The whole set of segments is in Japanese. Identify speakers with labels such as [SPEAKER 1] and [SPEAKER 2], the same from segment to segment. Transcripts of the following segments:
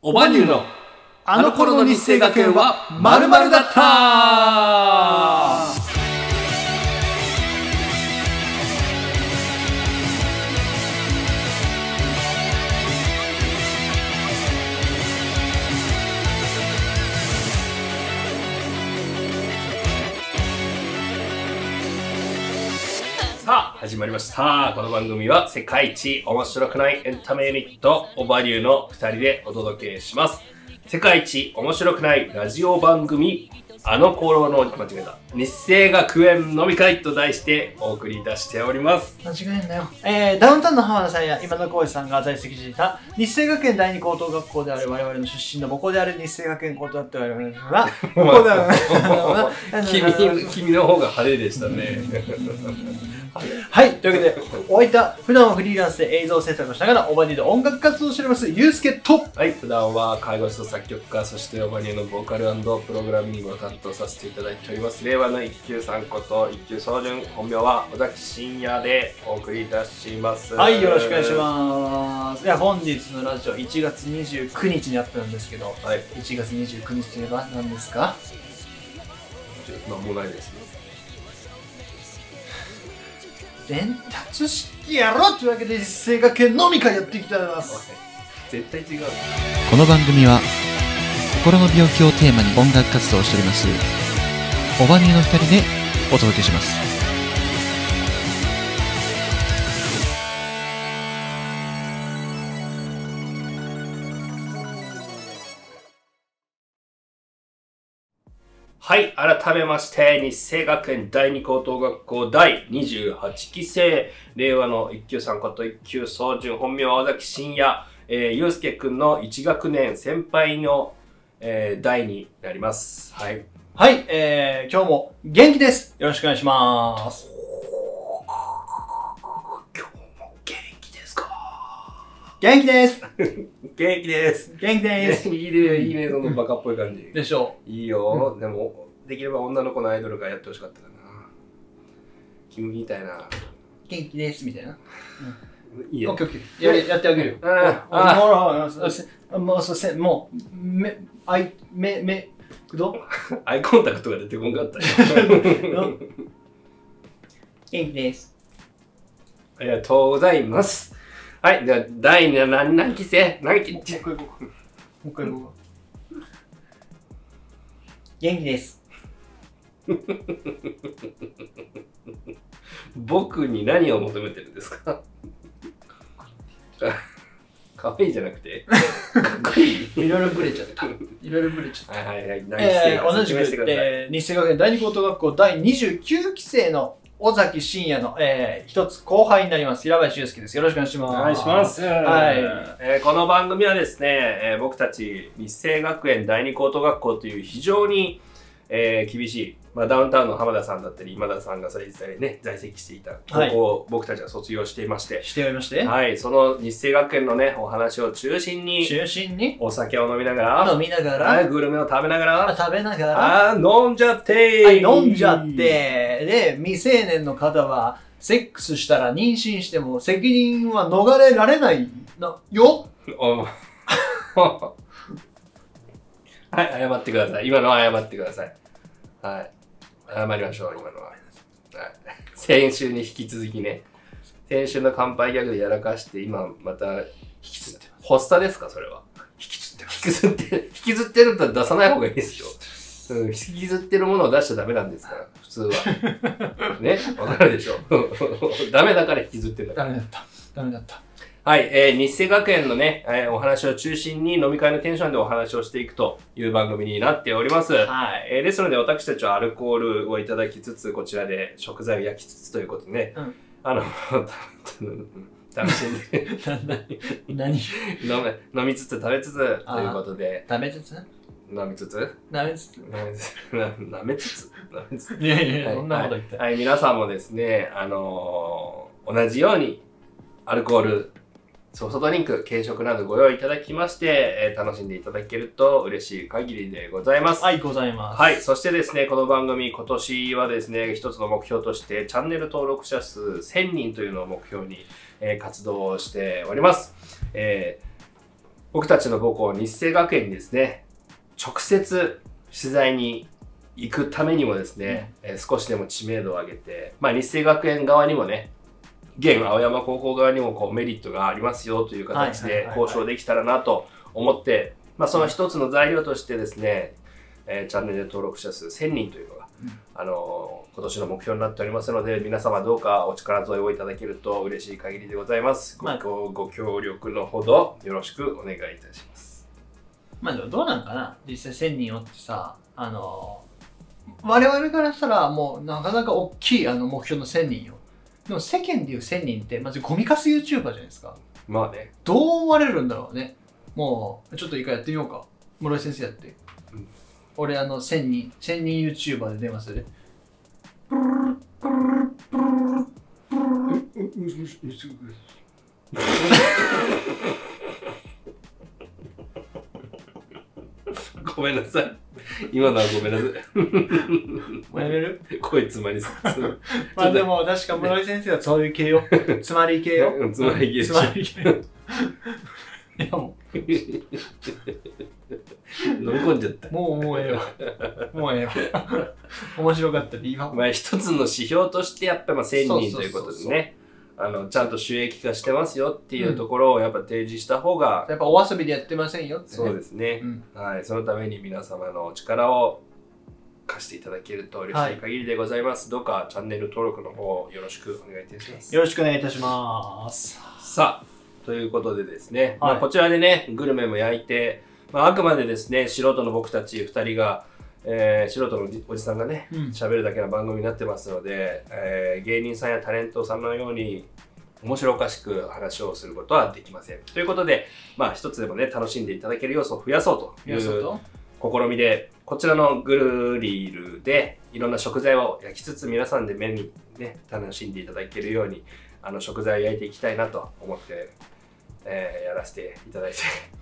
[SPEAKER 1] おばにゅうのあの頃の日生学園はまるだったさあ始まりましたこの番組は世界一面白くないエンタメユニットオバリューの2人でお届けします世界一面白くないラジオ番組あの頃の間違えた日生学園飲み会と題してお送りいたしております
[SPEAKER 2] 間違えんなよ、えー、ダウンタウンの浜田さんや今田耕司さんが在籍していた日生学園第二高等学校である我々の出身の母校である日生学園高等だって我々の母校であるあ の
[SPEAKER 1] 君君の方が派手でしたね
[SPEAKER 2] はいというわけでお相手は普段はフリーランスで映像制作をしながらオバディで音楽活動をしておりますユうスケと
[SPEAKER 1] はい普段は介護士と作曲家そしてオバニューのボーカルプログラミングを担当させていただいております令和の一級さんこと一級総順本名は尾崎真也でお送りいたします
[SPEAKER 2] はいよろしくお願いしますいや本日のラジオ1月29日にアップなんですけど
[SPEAKER 1] すはい
[SPEAKER 2] 1月29日といえば何ですか
[SPEAKER 1] まあもうないですね
[SPEAKER 2] 伝達式やろというわけで日生学園飲み会やっていきたいと思います
[SPEAKER 1] 絶対違う
[SPEAKER 3] この番組は心の病気をテーマに音楽活動をしておりますオバニューの2人でお届けします
[SPEAKER 1] はい、改めまして、日生学園第二高等学校第28期生、令和の一級さんこと一級総順、本名は尾崎真也、えー、ゆうすけくんの1学年先輩の、えー代になります。はい。
[SPEAKER 2] はい、えー、今日も元気です。よろしくお願いします。
[SPEAKER 1] 今日も元気ですか
[SPEAKER 2] 元気です。
[SPEAKER 1] 元気です。
[SPEAKER 2] 元
[SPEAKER 1] いい
[SPEAKER 2] 気です。
[SPEAKER 1] ね、いいね、そのバカっぽい感じ。
[SPEAKER 2] でしょ
[SPEAKER 1] いいよ。でも、できれば女の子のアイドルがやってほしかったかな。君みたいな。
[SPEAKER 2] う。元気です、みたいな。
[SPEAKER 1] いい
[SPEAKER 2] オ
[SPEAKER 1] よ
[SPEAKER 2] ッ。ケーオッケー。やれやってあげるよ。
[SPEAKER 1] うんあ
[SPEAKER 2] ほらほらほらせもう、そうせ、もう、め、あい、め、め、くど
[SPEAKER 1] アイコンタクトが出てこん かったよ。
[SPEAKER 2] 元気です。
[SPEAKER 1] ありがとうございます。はい、じゃあ、第7何何期生何期生
[SPEAKER 2] もう一回行こうか。もう一回行こうか。元気です。
[SPEAKER 1] 僕に何を求めてるんですか 可愛いじゃなくて、かっこいい。
[SPEAKER 2] いろいろブレちゃった。いろいろブレちゃった。
[SPEAKER 1] はいはいはい、何期生
[SPEAKER 2] え
[SPEAKER 1] か
[SPEAKER 2] ー、同
[SPEAKER 1] 説
[SPEAKER 2] じく、
[SPEAKER 1] 明してください。
[SPEAKER 2] えー、日生学園第二高等学校第29期生の尾崎真也の、えー、一つ後輩になります平林祐介ですよろしくお願いしま
[SPEAKER 1] お
[SPEAKER 2] す
[SPEAKER 1] 願いします。
[SPEAKER 2] はい
[SPEAKER 1] えーこの番組はですね、えー僕たち日生学園第二高等学校という非常に、えー厳しい、まあ、ダウンタウンの浜田さんだったり今田さんが実際ね在籍していた高校を僕たちは卒業していまして、
[SPEAKER 2] しておりまして、
[SPEAKER 1] はい、その日生学園のね、お話を中心に、
[SPEAKER 2] 中心に
[SPEAKER 1] お酒を飲みなが
[SPEAKER 2] 飲
[SPEAKER 1] ら、
[SPEAKER 2] みなが
[SPEAKER 1] はい
[SPEAKER 2] ら
[SPEAKER 1] グルメを食べながら、
[SPEAKER 2] 食べながら
[SPEAKER 1] あー飲んじゃって
[SPEAKER 2] はい飲んじゃって。で未成年の方はセックスしたら妊娠しても責任は逃れられないのよ
[SPEAKER 1] おはい、謝ってください。今のは謝ってください。はい。謝りましょう、今のは。はい、先週に引き続きね、先週の乾杯ギャグでやらかして、今また、引きずって発作ですか、それは。
[SPEAKER 2] 引きつってま
[SPEAKER 1] 引きずって、引きずってると出さない方がいいですよ。うん、引きずってるものを出しちゃダメなんですから、普通 は。ねわかるでしょ ダメだから引きずってるんだか
[SPEAKER 2] ダメだったダメだった
[SPEAKER 1] ら。はい、えー、日生学園のね、えーお話を中心に飲み会のテンションでお話をしていくという番組になっております。
[SPEAKER 2] はい
[SPEAKER 1] えーですので私たちはアルコールをいただきつつ、こちらで食材を焼きつつということでね、
[SPEAKER 2] うん
[SPEAKER 1] あの、 楽しんで
[SPEAKER 2] 何
[SPEAKER 1] 飲み 飲みつつ食べつつということで、
[SPEAKER 2] ダメつつ
[SPEAKER 1] 飲みつつ
[SPEAKER 2] ダメつつ
[SPEAKER 1] なめつつ、 ななめつつ、なめつつ。
[SPEAKER 2] いやいや
[SPEAKER 1] はい
[SPEAKER 2] そんなこと言って
[SPEAKER 1] はい、はい皆さんもですね、あのー同じように、アルコール、ソフトドリンク、軽食などご用意いただきまして、えー楽しんでいただけると嬉しい限りでございます。
[SPEAKER 2] はい、ございます。
[SPEAKER 1] はい。そしてですね、この番組、今年はですね、一つの目標として、チャンネル登録者数1000人というのを目標に、えー活動をしております。えー僕たちの母校日生学園にですね、直接取材に行くためにもですね、えー少しでも知名度を上げて、まあ、日生学園側にもね、現青山高校側にもこうメリットがありますよという形
[SPEAKER 2] はい
[SPEAKER 1] で
[SPEAKER 2] はいはいはい
[SPEAKER 1] 交渉できたらなと思って、まあ、その一つの材料としてですね、えーチャンネル登録者数1000人というのが、
[SPEAKER 2] うん
[SPEAKER 1] あのー今年の目標になっておりますので、皆様どうかお力添えをいただけると嬉しい限りでございます。ご,、
[SPEAKER 2] まあ
[SPEAKER 1] ごご協力のほどよろしくお願いいたします。
[SPEAKER 2] まあでもどうなんかな実際1000人おってさあの我々からしたらもうなかなか大きいあの目標の1000人よでも世間でいう1000人ってまずゴミカス YouTuber じゃないですか
[SPEAKER 1] まあね、
[SPEAKER 2] どう思われるんだろうねもうちょっと一回やってみようか室井先生やって、
[SPEAKER 1] うん
[SPEAKER 2] 俺あの1000人1000人 YouTuber で出ますよね
[SPEAKER 1] ごめんなさい。今のはごめんなさ
[SPEAKER 2] もうやめる
[SPEAKER 1] い。こいつまりさ。
[SPEAKER 2] まあでも確か室井先生はそういう系 よつまり系よ
[SPEAKER 1] うんつまり系でし
[SPEAKER 2] つ
[SPEAKER 1] ょ
[SPEAKER 2] まり系いやも
[SPEAKER 1] 飲み込んじゃった
[SPEAKER 2] う。もうもう ええわもうええわ 面白かったで今
[SPEAKER 1] まあ、一つの指標としてやっぱりまあ1000
[SPEAKER 2] そうそう
[SPEAKER 1] 人
[SPEAKER 2] そう
[SPEAKER 1] ということでねあのちゃんと収益化してますよっていうところをやっぱ提示した方が、
[SPEAKER 2] やっぱお遊びでやってませんよって、ね、
[SPEAKER 1] そうですね、
[SPEAKER 2] うん
[SPEAKER 1] はい、そのために皆様のお力を貸していただけると嬉しい限りでございます、どうかチャンネル登録の方よろしくお願いいたします
[SPEAKER 2] よろしくお願いいたします
[SPEAKER 1] さあということでですね、ま
[SPEAKER 2] は
[SPEAKER 1] あ、
[SPEAKER 2] い
[SPEAKER 1] こちらでねグルメも焼いて、まあ、あくまでですね素人の僕たち2人が、えー素人のおじおじさんがね
[SPEAKER 2] うん
[SPEAKER 1] 喋るだけの番組になってますので、えー芸人さんやタレントさんのように面白おかしく話をすることはできません。ということで、まあ一つでもね、楽しんでいただける要素を増やそうとい
[SPEAKER 2] 皆さん
[SPEAKER 1] う
[SPEAKER 2] と
[SPEAKER 1] 試みで、こちらのグルリルでいろんな食材を焼きつつ皆さんで目にね、楽しんでいただけるように、あの食材を焼いていきたいなと思って、えーやらせていただいて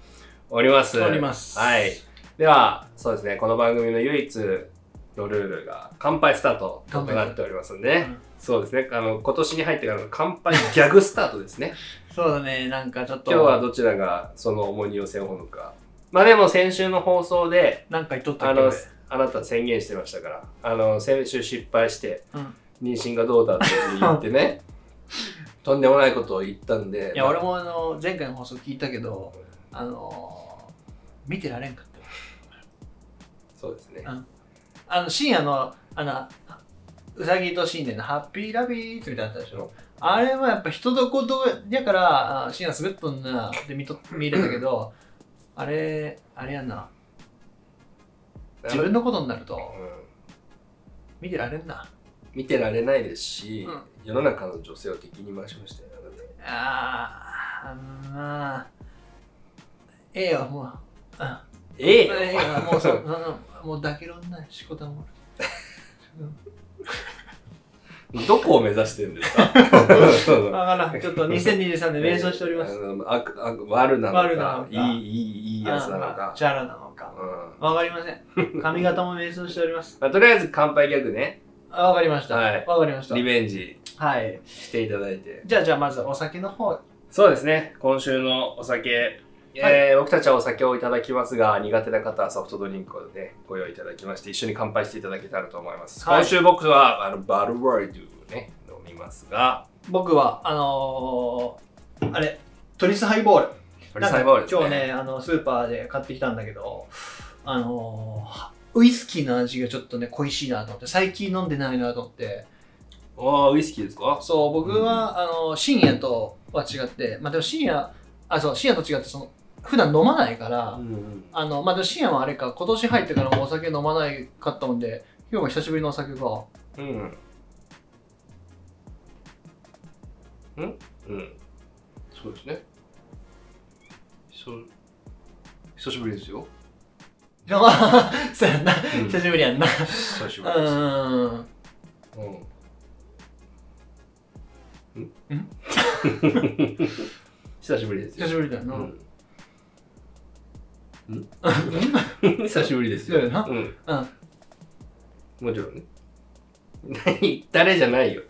[SPEAKER 1] おります。
[SPEAKER 2] おります
[SPEAKER 1] はい。では、そうですね、この番組の唯一のルールが、乾杯スタートとなっておりますんでね、
[SPEAKER 2] うん
[SPEAKER 1] そうですね、あの、今年に入ってからの乾杯ギャグスタートです ね。
[SPEAKER 2] そうだねなんかちょっと
[SPEAKER 1] 今日はどちらがその重荷を背負うのか。まあでも先週の放送で、
[SPEAKER 2] なんか言っとった
[SPEAKER 1] あ
[SPEAKER 2] っけ
[SPEAKER 1] の
[SPEAKER 2] 俺、
[SPEAKER 1] あなた宣言してましたから、あの、先週失敗して、
[SPEAKER 2] うん
[SPEAKER 1] 妊娠がどうだって言ってね、 とんでもないことを言ったんで、
[SPEAKER 2] いや俺もあの前回の放送聞いたけどあの見てられんかった
[SPEAKER 1] そうですね。
[SPEAKER 2] あの深夜のあのうさぎと新年のハッピーラビーツみたいなのあったでしょあれはやっぱ人どこどやからあ深夜滑っとんなって見と見れたけどあれあれやんな自分のことになる
[SPEAKER 1] あ
[SPEAKER 2] と
[SPEAKER 1] のうん
[SPEAKER 2] 見てられんな
[SPEAKER 1] 見てられないですし、
[SPEAKER 2] うん
[SPEAKER 1] 世の中の女性を敵に回しましたよあなた
[SPEAKER 2] あーまあええわもううん
[SPEAKER 1] ええよ
[SPEAKER 2] ええわもうそ そのもう抱けろんないしこたまも
[SPEAKER 1] どこを目指してるんです か
[SPEAKER 2] だからんちょっと2023年迷走しております
[SPEAKER 1] あの悪悪悪なのか
[SPEAKER 2] 悪なのか
[SPEAKER 1] いいいいいいやつなのか
[SPEAKER 2] あチャラなのか
[SPEAKER 1] うん
[SPEAKER 2] わかりません髪型も迷走しております
[SPEAKER 1] まあ、とりあえず乾杯ギャグね
[SPEAKER 2] あわかりました。
[SPEAKER 1] はい
[SPEAKER 2] わかりました
[SPEAKER 1] リ。ベンジ
[SPEAKER 2] はい。
[SPEAKER 1] していただいて
[SPEAKER 2] じゃあ、じゃあ、まずはお酒の方。
[SPEAKER 1] そうですね今週のお酒えー僕たちはお酒をいただきますが苦手な方はソフトドリンクをねご用意いただきまして一緒に乾杯していただけたらと思います、
[SPEAKER 2] はい
[SPEAKER 1] 今週僕はあのバルワイドをね飲みますが
[SPEAKER 2] 僕は、あのー、あれ、トリスハイボール。
[SPEAKER 1] これサイボール
[SPEAKER 2] なん
[SPEAKER 1] で
[SPEAKER 2] か
[SPEAKER 1] すね
[SPEAKER 2] 今日ね、あの、スーパーで買ってきたんだけど、あのー、ウイスキーの味がちょっとね、恋しいなと思って、最近飲んでないなと思って、
[SPEAKER 1] ああ、ウイスキーですか
[SPEAKER 2] そう、僕は、あのー、深夜とは違って、まあでも深夜、あ、そう、深夜と違って、その、普段飲まないから、
[SPEAKER 1] ん。
[SPEAKER 2] あの、まあでも深夜はあれか、今年入ってからもお酒飲まないかったもんで、今日も久しぶりのお酒が、
[SPEAKER 1] うん。うんうん。そうですね。そう。久しぶりです よ。
[SPEAKER 2] あ あ、そうやんな。
[SPEAKER 1] うん
[SPEAKER 2] 久しぶりやんな。
[SPEAKER 1] 久し
[SPEAKER 2] う
[SPEAKER 1] ぶりです。
[SPEAKER 2] ーん。
[SPEAKER 1] うん。
[SPEAKER 2] うん
[SPEAKER 1] 久しぶりです
[SPEAKER 2] 久
[SPEAKER 1] よ
[SPEAKER 2] し。ぶりだよな。
[SPEAKER 1] うんん久しぶりですよ。
[SPEAKER 2] そうやな
[SPEAKER 1] うん。
[SPEAKER 2] うん。
[SPEAKER 1] もちろんね。 何誰じゃないよ。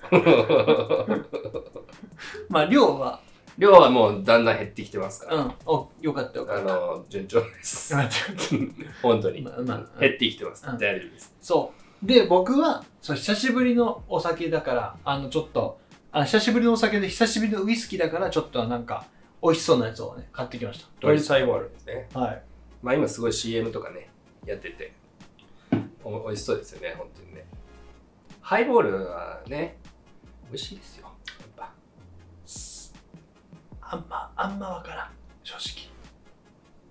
[SPEAKER 2] まあ、量は
[SPEAKER 1] 量はもうだんだん減ってきてますから。
[SPEAKER 2] うん。お、よかったよ
[SPEAKER 1] あ
[SPEAKER 2] かった。よ
[SPEAKER 1] の、順調です。
[SPEAKER 2] かったよかっ
[SPEAKER 1] 本当に。
[SPEAKER 2] まあまあ
[SPEAKER 1] 減ってきてます。
[SPEAKER 2] うん
[SPEAKER 1] 大丈夫です。
[SPEAKER 2] たそう。で、僕は、そう、久しぶりのお酒だから、あの、ちょっと、あ久しぶりのお酒で、久しぶりのウイスキーだから、ちょっとなんか、美味しそうなやつをね、買ってきました。
[SPEAKER 1] ドリサイボールですね。
[SPEAKER 2] はい。
[SPEAKER 1] まあ今すごい CM とかね、やってて、お美味しそうですよね、本当にね。ハイボールはね、美味しいですよ。やっぱ。
[SPEAKER 2] あんま、あんまわからん。正直。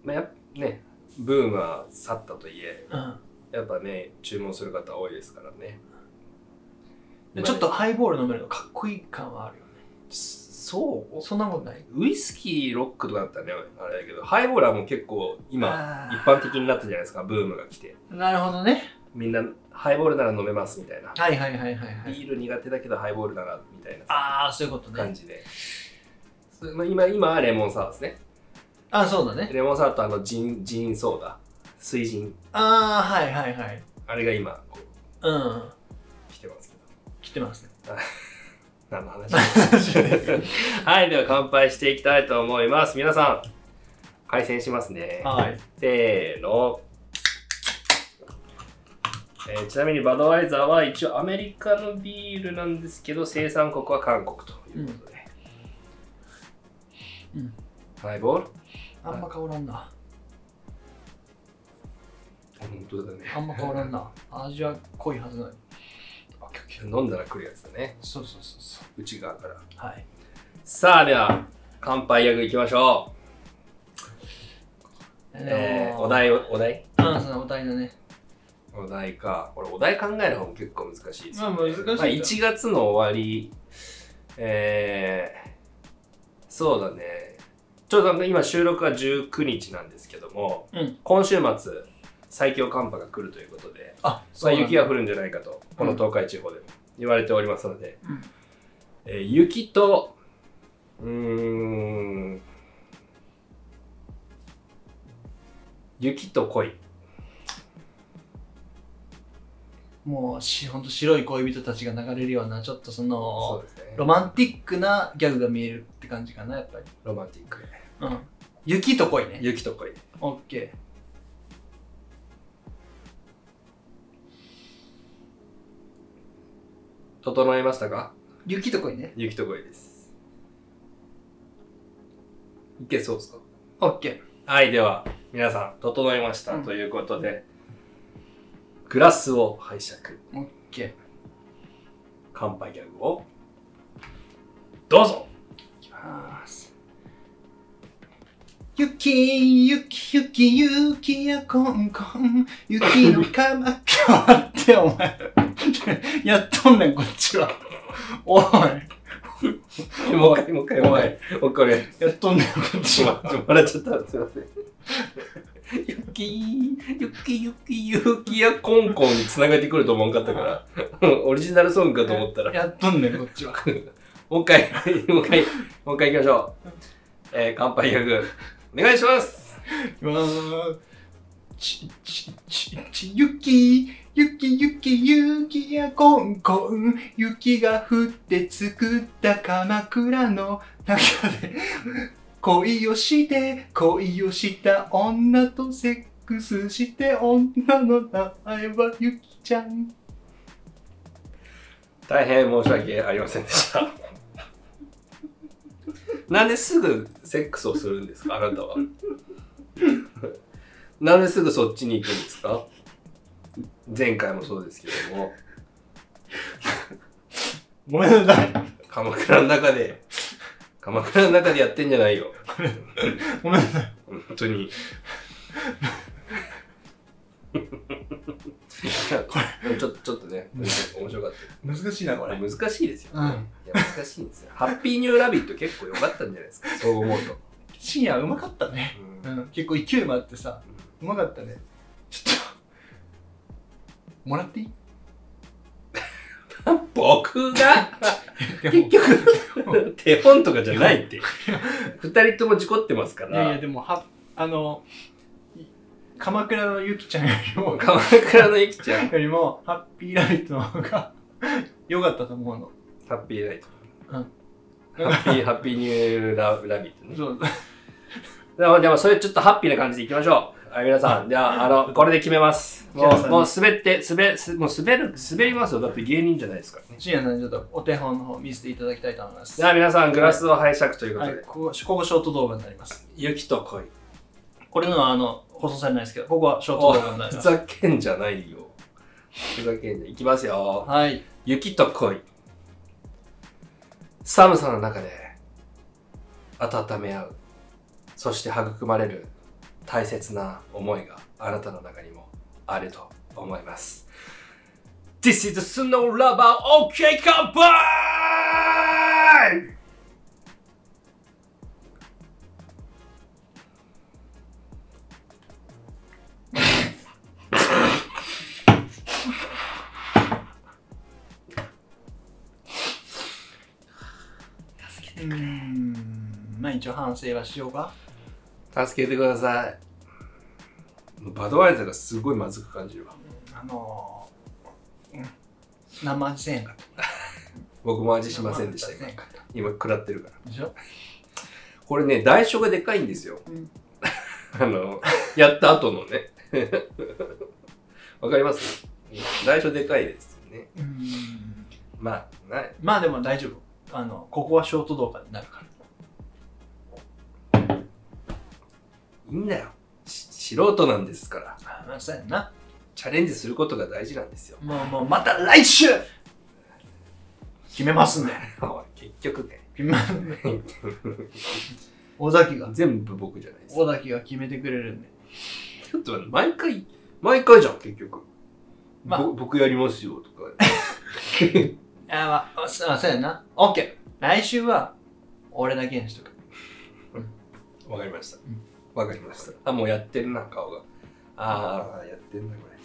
[SPEAKER 1] まあやっぱね、ブームは去ったといえ、
[SPEAKER 2] うん。
[SPEAKER 1] やっぱね、注文する方多いですからね。
[SPEAKER 2] でちょっとハイボール飲めるのかっこいい感はあるよね。
[SPEAKER 1] そう
[SPEAKER 2] そんなことない。
[SPEAKER 1] ウイスキーロックとかだったらね、あれだけど、ハイボールはもう結構今、
[SPEAKER 2] あ
[SPEAKER 1] 一
[SPEAKER 2] ー
[SPEAKER 1] 般的になったじゃないですか、ブームが来て。
[SPEAKER 2] なるほどね。
[SPEAKER 1] みんな、ハイボールなら飲めますみたいな。
[SPEAKER 2] はいはいはいはいは
[SPEAKER 1] ビ
[SPEAKER 2] い。
[SPEAKER 1] ール苦手だけどハイボールならみたいな
[SPEAKER 2] ああ、そういうこと
[SPEAKER 1] 感
[SPEAKER 2] ね。
[SPEAKER 1] じで。そまあ今、今はレモンサワーですね。
[SPEAKER 2] あそうだね。
[SPEAKER 1] レモンサワーとあのジン、ジンソーダ、水ジン、
[SPEAKER 2] ああ、はいはいはい。
[SPEAKER 1] あれが今、こう、
[SPEAKER 2] うん。
[SPEAKER 1] 来てますけど。
[SPEAKER 2] 来てますね。
[SPEAKER 1] 何の話 はい、では乾杯していきたいと思います。皆さん、開戦しますね。
[SPEAKER 2] はい。
[SPEAKER 1] せーの、えーちなみにバドワイザーは一応アメリカのビールなんですけど生産国は韓国ということで、
[SPEAKER 2] うん
[SPEAKER 1] ハイボール
[SPEAKER 2] あんま変わらんな。
[SPEAKER 1] 本当だね
[SPEAKER 2] あんま変わらんな。味は濃いはずなのに。オッケーオッケー
[SPEAKER 1] 飲んだら来るやつだね
[SPEAKER 2] そうそうそうそう。
[SPEAKER 1] 内側から
[SPEAKER 2] はい。
[SPEAKER 1] さあでは乾杯役いきましょう、えーお。題をお題
[SPEAKER 2] あそうだお題だね。
[SPEAKER 1] お題か俺お題考える方も結構難しいですよね、
[SPEAKER 2] まあ難しいんだ
[SPEAKER 1] まあ、1月の終わりえー、そうだねちょうど今収録は19日なんですけども
[SPEAKER 2] うん。
[SPEAKER 1] 今週末最強寒波が来るということで、
[SPEAKER 2] あ、
[SPEAKER 1] まあ、
[SPEAKER 2] なんだ
[SPEAKER 1] 雪が降るんじゃないかとこの東海地方でも言われておりますので、
[SPEAKER 2] うん
[SPEAKER 1] えー雪とうーん雪と恋
[SPEAKER 2] もうし、ほんと白い恋人たちが流れるような、ちょっとその、
[SPEAKER 1] ですね
[SPEAKER 2] ロマンティックなギャグが見えるって感じかな、やっぱり。
[SPEAKER 1] ロマンティック
[SPEAKER 2] うん。雪と恋ね。
[SPEAKER 1] 雪と恋
[SPEAKER 2] オッケ
[SPEAKER 1] 整えましたか
[SPEAKER 2] ー。雪と恋ね。
[SPEAKER 1] 雪と恋ですいけそうですか
[SPEAKER 2] オッケー。
[SPEAKER 1] はいでは皆さん整いました、
[SPEAKER 2] うん
[SPEAKER 1] ということでグラスを拝借
[SPEAKER 2] オッケ
[SPEAKER 1] 乾杯ギャグをどうぞ
[SPEAKER 2] ー。いきます。雪、雪、雪、雪やこんこん、雪のかまき ょって、お前。やっとんねん、こっちは。おい。
[SPEAKER 1] もう一回もう一回もう一回もう一回お願いし
[SPEAKER 2] やっとんねん、こっちは。
[SPEAKER 1] ます笑っちゃったすいません雪雪雪雪やコンコンにつなげてくると思わんかったからオリジナルソングかと思ったら
[SPEAKER 2] やっとんねん、こっちは。
[SPEAKER 1] もう一回、もう一回、もう一回行きましょう。えー、乾杯役、お願いします
[SPEAKER 2] うわーち、ち、ち、ち、雪、雪、雪、雪やこんこん、雪が降って作った鎌倉の中で、恋をして、恋をした女とセックスして、女の名前はゆきちゃん。
[SPEAKER 1] 大変申し訳ありませんでした。なんですぐセックスをするんですかあなたは。なんですぐそっちに行くんですか前回もそうですけども、
[SPEAKER 2] ごめんなさい。
[SPEAKER 1] 鎌倉の中で、鎌倉の中でやってんじゃないよ。
[SPEAKER 2] ごめんなさい。
[SPEAKER 1] 本当に。でもちょっとちょっとね、面白かった。
[SPEAKER 2] 難しいな、こ
[SPEAKER 1] これ。難しいですよ、ね
[SPEAKER 2] うん
[SPEAKER 1] いや難しいんですよハッピーニューラビット結構良かったんじゃないですかそう思うと、
[SPEAKER 2] 深夜うまかったね。
[SPEAKER 1] うん
[SPEAKER 2] うん、結構勢いもあってさ、うまかったね。ちょっと、もらっていい
[SPEAKER 1] 僕が
[SPEAKER 2] で
[SPEAKER 1] 結
[SPEAKER 2] も、
[SPEAKER 1] 局手本とかじゃないって二人とも事故ってますか
[SPEAKER 2] いやいや、
[SPEAKER 1] ら
[SPEAKER 2] でも、は、あの、い鎌倉のゆきちゃんよりも、
[SPEAKER 1] 鎌倉のゆきちゃん
[SPEAKER 2] よりも、ハッピーライトの方が良かったと思うの。
[SPEAKER 1] ハッピーライト、
[SPEAKER 2] うん
[SPEAKER 1] ハッピー、ハッピーニューララビットね。
[SPEAKER 2] そう
[SPEAKER 1] でも、でも、それちょっとハッピーな感じでいきましょう。はい、皆さん。じゃあ、あの、これで決めます。も
[SPEAKER 2] じゃあ
[SPEAKER 1] う、もう滑って、滑、すもう滑る、滑りますよ。だって芸人じゃないですからね。
[SPEAKER 2] 深夜さんにちょっとお手本の方見せていただきたいと思います。
[SPEAKER 1] じゃあ、皆さん、グラスを拝借ということ
[SPEAKER 2] は
[SPEAKER 1] で、
[SPEAKER 2] い、ここ、ここショート動画になります。
[SPEAKER 1] 雪と恋。
[SPEAKER 2] これのはあの、放送されないですけど、ここはショート動
[SPEAKER 1] お
[SPEAKER 2] 画になり
[SPEAKER 1] ふ
[SPEAKER 2] ます。
[SPEAKER 1] ざけんじゃないよ。ふざけんじゃ、いきますよ。
[SPEAKER 2] はい。
[SPEAKER 1] 雪と恋。寒さの中で温め合う。そして育まれる大切な思いがあなたの中にもあると思います。This is the Snow Lover OK Combine!
[SPEAKER 2] うーん。まあ一応反省はしようか。
[SPEAKER 1] 助けてください。バドワイザーがすごいまずく感じるわ。
[SPEAKER 2] あのー、うん。生味せえへんかっ
[SPEAKER 1] 僕も
[SPEAKER 2] た。
[SPEAKER 1] 味しませんでした。
[SPEAKER 2] 生味
[SPEAKER 1] 今
[SPEAKER 2] せえへんかった
[SPEAKER 1] 今食らってるから。
[SPEAKER 2] でしょ
[SPEAKER 1] これね、代償がでかいんですよ。
[SPEAKER 2] うん
[SPEAKER 1] あの、やった後のね。 わかります代償でかいですよね。
[SPEAKER 2] うーん。
[SPEAKER 1] まあ、ない。
[SPEAKER 2] まあでも大丈夫。あの、ここはショート動画になるから。
[SPEAKER 1] いいんだよ。し素人なんですから。
[SPEAKER 2] あまあそうやんな。
[SPEAKER 1] チャレンジすることが大事なんですよ。
[SPEAKER 2] もうもうまた来週決めますん で。
[SPEAKER 1] おい結局ね。
[SPEAKER 2] 決めますんで尾崎が、
[SPEAKER 1] 全部僕じゃないです。
[SPEAKER 2] 尾崎が決めてくれるんで。
[SPEAKER 1] ちょっと待って毎回、毎回じゃん、結局。
[SPEAKER 2] まあ
[SPEAKER 1] ぼ僕やりますよ、とか。
[SPEAKER 2] あまあ、あそうそうやな。オッケー。来週は、俺だけにしとく。
[SPEAKER 1] わかりました
[SPEAKER 2] ん。
[SPEAKER 1] わかりました。あ、もうやってるな、顔が。ああ、やってんな、これ。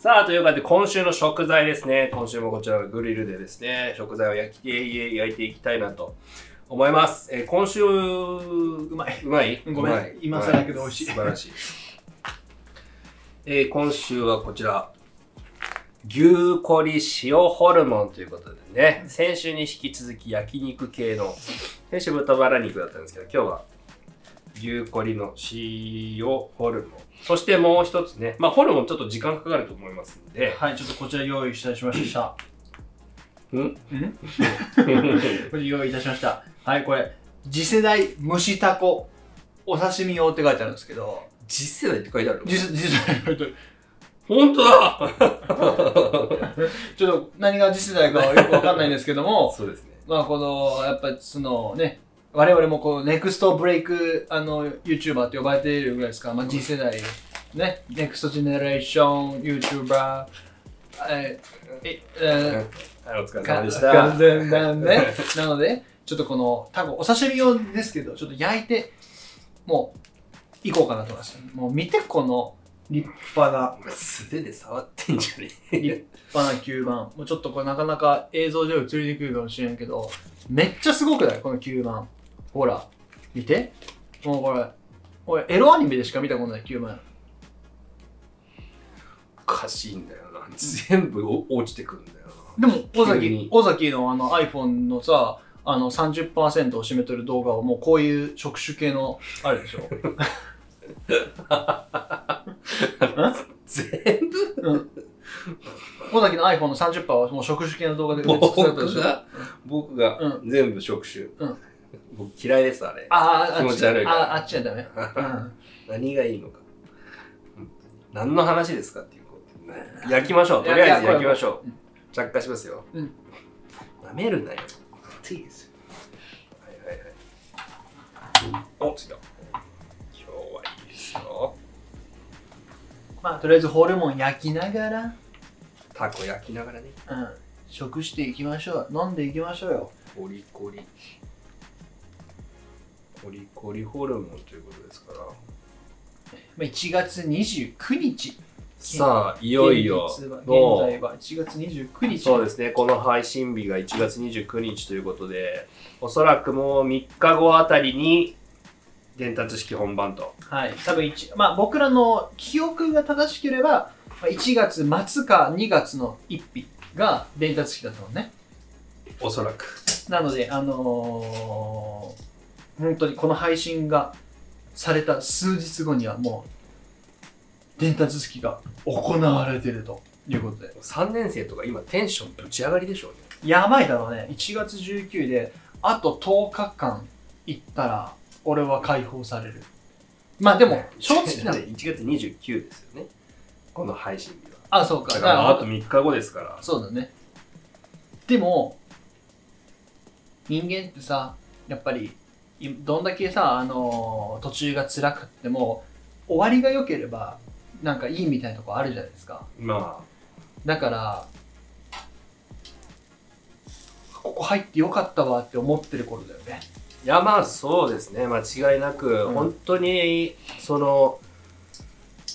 [SPEAKER 1] さあ、というわけで、今週の食材ですね。今週もこちらのグリルでですね、食材を焼きて、焼いていきたいなと思います。えー今週、
[SPEAKER 2] う
[SPEAKER 1] う
[SPEAKER 2] まい。
[SPEAKER 1] まい
[SPEAKER 2] ごめん
[SPEAKER 1] うまい
[SPEAKER 2] 今更だけど美味しい
[SPEAKER 1] 素晴らしい。えー今週はこちら。牛コリ塩ホルモンということでね、先週に引き続き焼肉系の、先週豚バラ肉だったんですけど、今日は牛コリの塩ホルモン。そしてもう一つね、まあホルモンちょっと時間かかると思いますんで、
[SPEAKER 2] はい、ちょっとこちら用意いたしま した。
[SPEAKER 1] うん
[SPEAKER 2] んこれ用意いたしました。はい、これ、次世代蒸したこ、お刺身用って書いてあるんですけど、
[SPEAKER 1] 次世代って書いてある
[SPEAKER 2] 次世次世代用と
[SPEAKER 1] 本当だ
[SPEAKER 2] ちょっと何が次世代かはよくわかんないんですけども、
[SPEAKER 1] そうですね。
[SPEAKER 2] まあこの、やっぱりそのね、我々もこう、ネクストブレイク、あの、YouTuber って呼ばれているぐらいですから、まあ次世代、ね、ネクストジェネレーション YouTuber、え、え、え
[SPEAKER 1] はい、お疲れ様でした。
[SPEAKER 2] 完全なんね。なので、ちょっとこの、タコ、お刺身用ですけど、ちょっと焼いて、もう、いこうかなと思います。もう見て、この、立派な、
[SPEAKER 1] お前素手で触ってんじゃねえ よ
[SPEAKER 2] 立派な吸盤。もうちょっとこれなかなか映像上映りにくいかもしれんけど、めっちゃすごくないこの吸盤。ほら、見て。もうこれ、俺、エロアニメでしか見たことない吸盤。
[SPEAKER 1] おかしいんだよな。全部お落ちてくんだよ
[SPEAKER 2] でも、尾
[SPEAKER 1] 急に
[SPEAKER 2] 崎、尾崎のあの iPhone のさ、あの30%を占めてる動画はもうこういう触手系の、あれでしょ
[SPEAKER 1] な。全部
[SPEAKER 2] 尾崎の iPhone の30%はもう職種系の動画で埋め尽くされたで
[SPEAKER 1] 僕
[SPEAKER 2] しょ
[SPEAKER 1] が、僕が
[SPEAKER 2] う
[SPEAKER 1] 全部触手。
[SPEAKER 2] うん
[SPEAKER 1] 僕嫌いです、あれ。
[SPEAKER 2] あーあ、あっ
[SPEAKER 1] 気持ち悪いから
[SPEAKER 2] ああっちはダメ。うん
[SPEAKER 1] 何がいいのか。本当に何の話ですかっていうこと。焼きましょう。
[SPEAKER 2] い
[SPEAKER 1] と
[SPEAKER 2] や
[SPEAKER 1] りあえず
[SPEAKER 2] いや
[SPEAKER 1] 焼きましょ
[SPEAKER 2] こ
[SPEAKER 1] う。着火しますよ。
[SPEAKER 2] うん
[SPEAKER 1] 舐めるなよ。熱いですよ。はいはいはい。お、ついた。今日はいいですよ。
[SPEAKER 2] まあ、とりあえずホルモン焼きながら、
[SPEAKER 1] タコ焼きながらね。
[SPEAKER 2] うん、食していきましょう。飲んでいきましょうよ。
[SPEAKER 1] コリコリコリコリホルモンということですから
[SPEAKER 2] まあ1月29日。
[SPEAKER 1] さあいよいよ
[SPEAKER 2] 現実は現在
[SPEAKER 1] も
[SPEAKER 2] は1月29
[SPEAKER 1] う
[SPEAKER 2] 日。
[SPEAKER 1] そうですねこの配信日が1月29日ということでおそらくもう3日後あたりに伝達式本番と
[SPEAKER 2] はい。多分一、まあ僕らの記憶が正しければ、まあ1月末か2月の1日が伝達式だったもんね。
[SPEAKER 1] おそらく。
[SPEAKER 2] なので、あのー本当にこの配信がされた数日後にはもう、伝達式が行われているということで。
[SPEAKER 1] 3年生とか今テンションぶち上がりでしょうね。
[SPEAKER 2] やばいだろうね。1月19で、あと10日間行ったら、俺は解放される。まあでも、正直な
[SPEAKER 1] 1月29ですよね。この配信日は。
[SPEAKER 2] あ、そうか。
[SPEAKER 1] だからあ
[SPEAKER 2] だ
[SPEAKER 1] と3日後ですから。
[SPEAKER 2] そうだね。でも、人間ってさ、やっぱり、いどんだけさ、あのー途中が辛くっても、終わりが良ければ、なんかいいみたいなとこあるじゃないですか。
[SPEAKER 1] ま
[SPEAKER 2] だから、ここ入ってよかったわって思ってる頃だよね。
[SPEAKER 1] あ、いやまあそうですね。間違いなく、
[SPEAKER 2] うん
[SPEAKER 1] 本当に、その、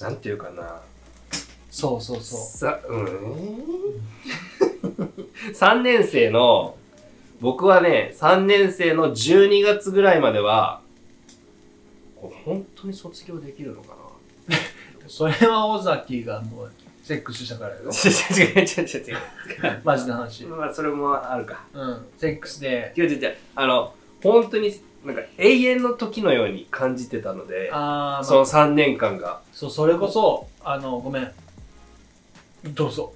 [SPEAKER 1] なんていうかな。
[SPEAKER 2] そうそうそ
[SPEAKER 1] さ、うん。3年生の、僕はね、3年生の12月ぐらいまでは、こう本当に卒業できるのかな。
[SPEAKER 2] う。それは尾崎がもう、セックスしたからよ
[SPEAKER 1] 違う違う違う違う違う。
[SPEAKER 2] マジな話。
[SPEAKER 1] まあ、それもあるか。
[SPEAKER 2] うん。セックスで、
[SPEAKER 1] 違う違う違う。あの、本当に、なんか永遠の時のように感じてたので、
[SPEAKER 2] あー、
[SPEAKER 1] その3年間が。
[SPEAKER 2] そう、それこそ、あの、ごめん。ど うぞ。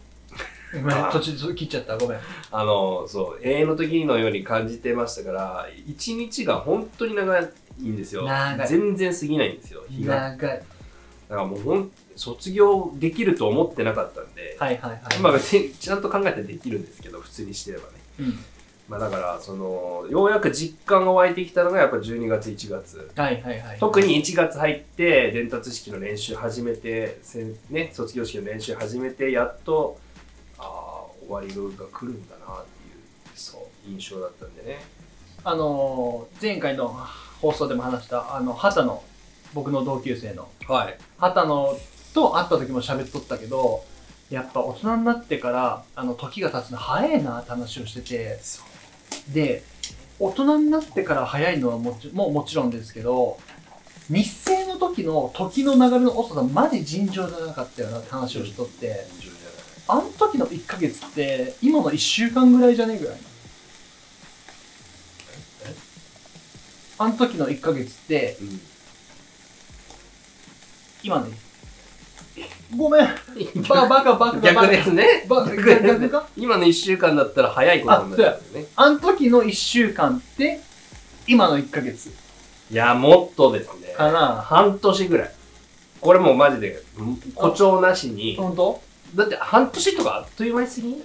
[SPEAKER 2] ごめん、
[SPEAKER 1] あ
[SPEAKER 2] 途中切っちゃった、ごめん。
[SPEAKER 1] あの、そう、永遠の時のように感じてましたから、1日が本当に長いんですよ。
[SPEAKER 2] 長い
[SPEAKER 1] 全然過ぎないんですよ、日が。
[SPEAKER 2] 長い。
[SPEAKER 1] だからもうほん、卒業できると思ってなかったんで、
[SPEAKER 2] はいはいはい。
[SPEAKER 1] まあ別にちゃんと考えてできるんですけど、普通にしてればね。
[SPEAKER 2] うん。
[SPEAKER 1] まあだから、その、ようやく実感が湧いてきたのがやっぱ12月、1月。
[SPEAKER 2] はいはいはい。
[SPEAKER 1] 特。に1月入って伝達式の練習始めて、せんね、卒業式の練習始めてやっとああ終わりが来るんだなっていうそう印象だったんでね
[SPEAKER 2] あのー、前回の放送でも話した、あの、畑野、僕の同級生の、
[SPEAKER 1] はい
[SPEAKER 2] 畑野と会った時も喋っとったけど、やっぱ大人になってから、あの、時が経つの早いなって話をしてて、
[SPEAKER 1] そう
[SPEAKER 2] で、大人になってから早いのはもちもうもちろんですけど、日生の時の時の流れの遅さ、マジ尋常じゃなかったよなって話をしとって、
[SPEAKER 1] 印象じゃない
[SPEAKER 2] あの時の1ヶ月って、今の1週間ぐらいじゃねえぐらいな。あの時の1ヶ月って、
[SPEAKER 1] うん
[SPEAKER 2] 今の、ごめん、ババカバカバカ。
[SPEAKER 1] 逆ですね
[SPEAKER 2] バカ逆か
[SPEAKER 1] 今の1週間だったら早いことになっちゃうんだよね
[SPEAKER 2] あの時の1週間って、今の1ヶ月
[SPEAKER 1] いやもっとですね
[SPEAKER 2] かな。
[SPEAKER 1] 半年ぐらいこれもうマジでうん誇張なしに
[SPEAKER 2] 本当
[SPEAKER 1] だって半年とかあっという間に過ぎないで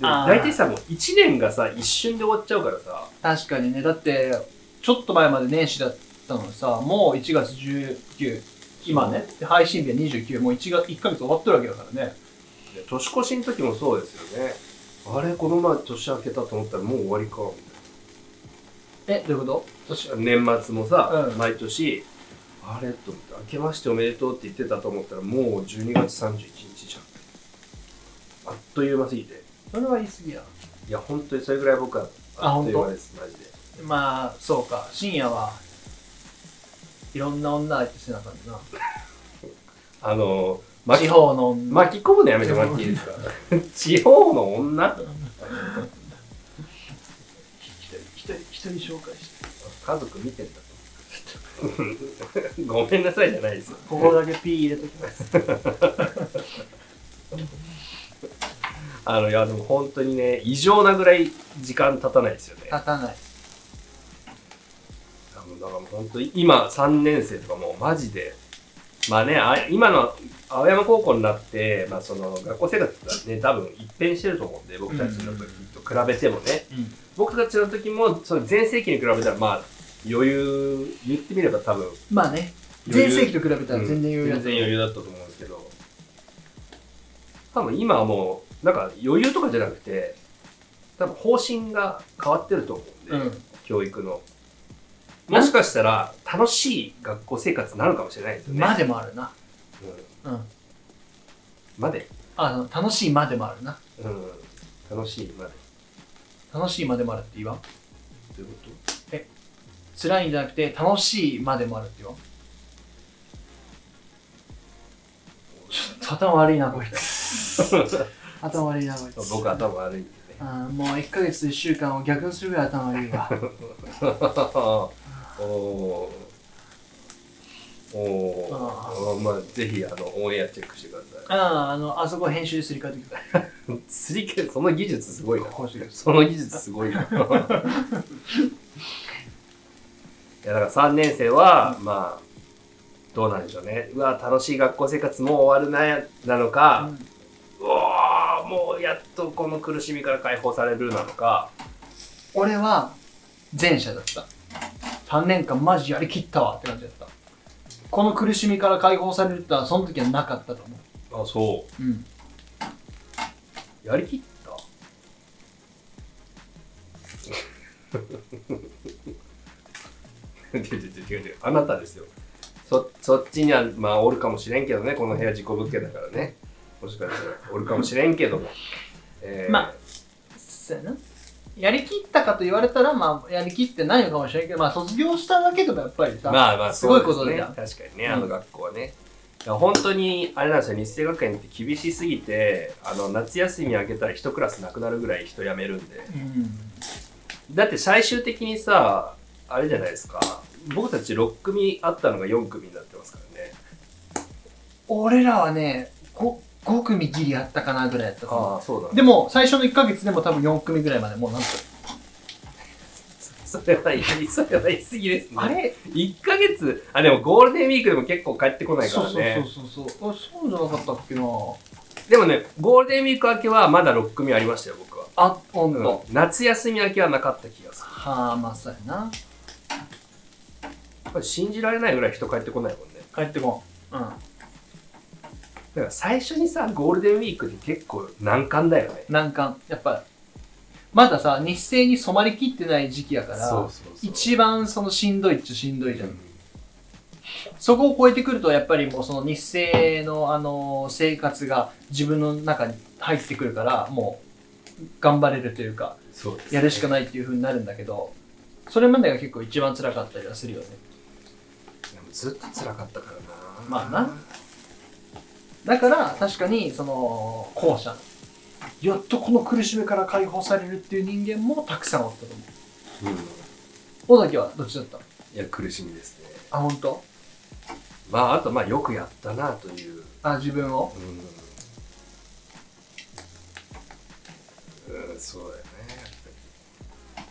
[SPEAKER 2] あー
[SPEAKER 1] 大体さもう1年がさ一瞬で終わっちゃうからさ
[SPEAKER 2] 確かにね、だって、ちょっと前まで年始だったのにさ、もう1月19、今ね、で配信日は29、もう1月、1ヶ月終わってるわけだからね。
[SPEAKER 1] ね年越しの時もそうですよねあれこの前年明けたと思ったらもう終わりかみ
[SPEAKER 2] え、どういうこと
[SPEAKER 1] たいな年末もさ、
[SPEAKER 2] うん
[SPEAKER 1] 毎年あれと思って明けましておめでとうって言ってたと思ったらもう12月31日じゃんあっという間すぎて
[SPEAKER 2] それは言い過ぎや。
[SPEAKER 1] いや本当にそれぐらい僕は
[SPEAKER 2] あ
[SPEAKER 1] あっという間ですマジで
[SPEAKER 2] まあ、そうか、深夜は、いろんな女相手してなあかったな。
[SPEAKER 1] あの
[SPEAKER 2] 地
[SPEAKER 1] 巻き
[SPEAKER 2] 方の女。
[SPEAKER 1] 巻き込むのやめてもらっていいですか 地方の女
[SPEAKER 2] 一人、一人、一人紹介して。
[SPEAKER 1] 家族見てんだとごめんなさいじゃないですよ
[SPEAKER 2] ここだけピー入れときます。
[SPEAKER 1] あのいやでも本当にね異常なぐらい時間経たないですよね。あ
[SPEAKER 2] 立たない。
[SPEAKER 1] のだからもう本当に今3年生とかもうマジでまあねあ今の青山高校になって、まあ、その学校生活がね多分一変してると思うんで僕たちの時と比べてもね、
[SPEAKER 2] うん。
[SPEAKER 1] 僕たちの時もその前世紀に比べたらまあ余裕言ってみれば多分
[SPEAKER 2] まあね、
[SPEAKER 1] 余
[SPEAKER 2] 前
[SPEAKER 1] 裕
[SPEAKER 2] 世紀と比べたら全然余裕だ
[SPEAKER 1] うん全然余裕だったと思うんですけど多分今はもうなんか余裕とかじゃなくて多分方針が変わってると思うんで、
[SPEAKER 2] うん。
[SPEAKER 1] 教育のもしかしたら楽しい学校生活になるかもしれないですよね
[SPEAKER 2] までもあるな。
[SPEAKER 1] うん
[SPEAKER 2] うん。
[SPEAKER 1] まで、
[SPEAKER 2] あの、楽しいまでもあるな。
[SPEAKER 1] うん、楽しいまで
[SPEAKER 2] 楽しいまでもあるって言わん
[SPEAKER 1] というこ
[SPEAKER 2] 辛いんじゃなくて楽しいまでもあるってよ ちょっと頭悪いなこいつ頭悪いなこいつ
[SPEAKER 1] と僕頭悪いんでね
[SPEAKER 2] あーもう1ヶ月と1週間を逆にするぐらい頭がいいわ
[SPEAKER 1] おーおー
[SPEAKER 2] あ
[SPEAKER 1] まあぜひあのオンエアチェックしてくださ
[SPEAKER 2] あああのあそこ編集ですり替えてください
[SPEAKER 1] いすり切れその技術すごいな
[SPEAKER 2] 面白い
[SPEAKER 1] その技術すごいないやだから3年生はまあどうなんでしょうねうわ楽しい学校生活もう終わるななのか、うわーもうやっとこの苦しみから解放されるなのか
[SPEAKER 2] 俺は前者だった3年間マジやりきったわって感じだったこの苦しみから解放されるってのはその時はなかったと思
[SPEAKER 1] あそう
[SPEAKER 2] うん
[SPEAKER 1] うやりきった 違う違う違う違うあなたですよそそっちにはまあおるかもしれんけどねこの部屋事故物件だからねもしかしたらおるかもしれんけども、え
[SPEAKER 2] まあそうやなやりきったかと言われたらまあやりきってないのかもしれないけどまあ卒業しただけとかやっぱりさ、
[SPEAKER 1] まあまあ
[SPEAKER 2] す
[SPEAKER 1] そう
[SPEAKER 2] ご
[SPEAKER 1] で
[SPEAKER 2] いこと
[SPEAKER 1] ね
[SPEAKER 2] だよ
[SPEAKER 1] 確かにねあの学校はね、いや本当にあれなんですよ日生学園って厳しすぎてあの夏休み明けたら一クラスなくなるぐらい人辞めるんで
[SPEAKER 2] うん
[SPEAKER 1] だって最終的にさあれじゃないですか僕たち6組あったのが4組になってますからね
[SPEAKER 2] 俺らはね 5, 5組ギリあったかなぐらいやったと思う
[SPEAKER 1] あそうだ
[SPEAKER 2] でも最初の1ヶ月でも多分4組ぐらいまでもうなんか
[SPEAKER 1] それは言いそれは言い過ぎですね
[SPEAKER 2] あれ
[SPEAKER 1] 1ヶ月あでもゴールデンウィークでも結構帰ってこないからね
[SPEAKER 2] そうそうそうそうあそうじゃなかったっけな
[SPEAKER 1] でもねゴールデンウィーク明けはまだ6組ありましたよ僕は、
[SPEAKER 2] あ本当、
[SPEAKER 1] うん夏休み明けはなかった気がする
[SPEAKER 2] はあまあそうやな
[SPEAKER 1] やっぱり信じられないぐらい人帰ってこないもんね
[SPEAKER 2] 帰ってこんうん
[SPEAKER 1] だから最初にさゴールデンウィークって結構難関だよね
[SPEAKER 2] 難関やっぱまださ日生に染まりきってない時期やから
[SPEAKER 1] そう
[SPEAKER 2] 一番そのしんどいっちゃしんどいじゃん、
[SPEAKER 1] うん
[SPEAKER 2] そこを超えてくるとやっぱりもうその日生のあの生活が自分の中に入ってくるからもう頑張れるというか
[SPEAKER 1] そうですね
[SPEAKER 2] やるしかないっていう風になるんだけどそれまでが結構一番辛かったりはするよね
[SPEAKER 1] でもずっと辛かったからな
[SPEAKER 2] まあなだから確かにその後者やっとこの苦しみから解放されるっていう人間もたくさんおったと思
[SPEAKER 1] うんいう
[SPEAKER 2] 尾崎はどっちだった
[SPEAKER 1] や苦しみですね
[SPEAKER 2] あ本当？
[SPEAKER 1] まああとまあよくやったなという
[SPEAKER 2] あ自分を
[SPEAKER 1] うん、うん、そうだよねやっぱり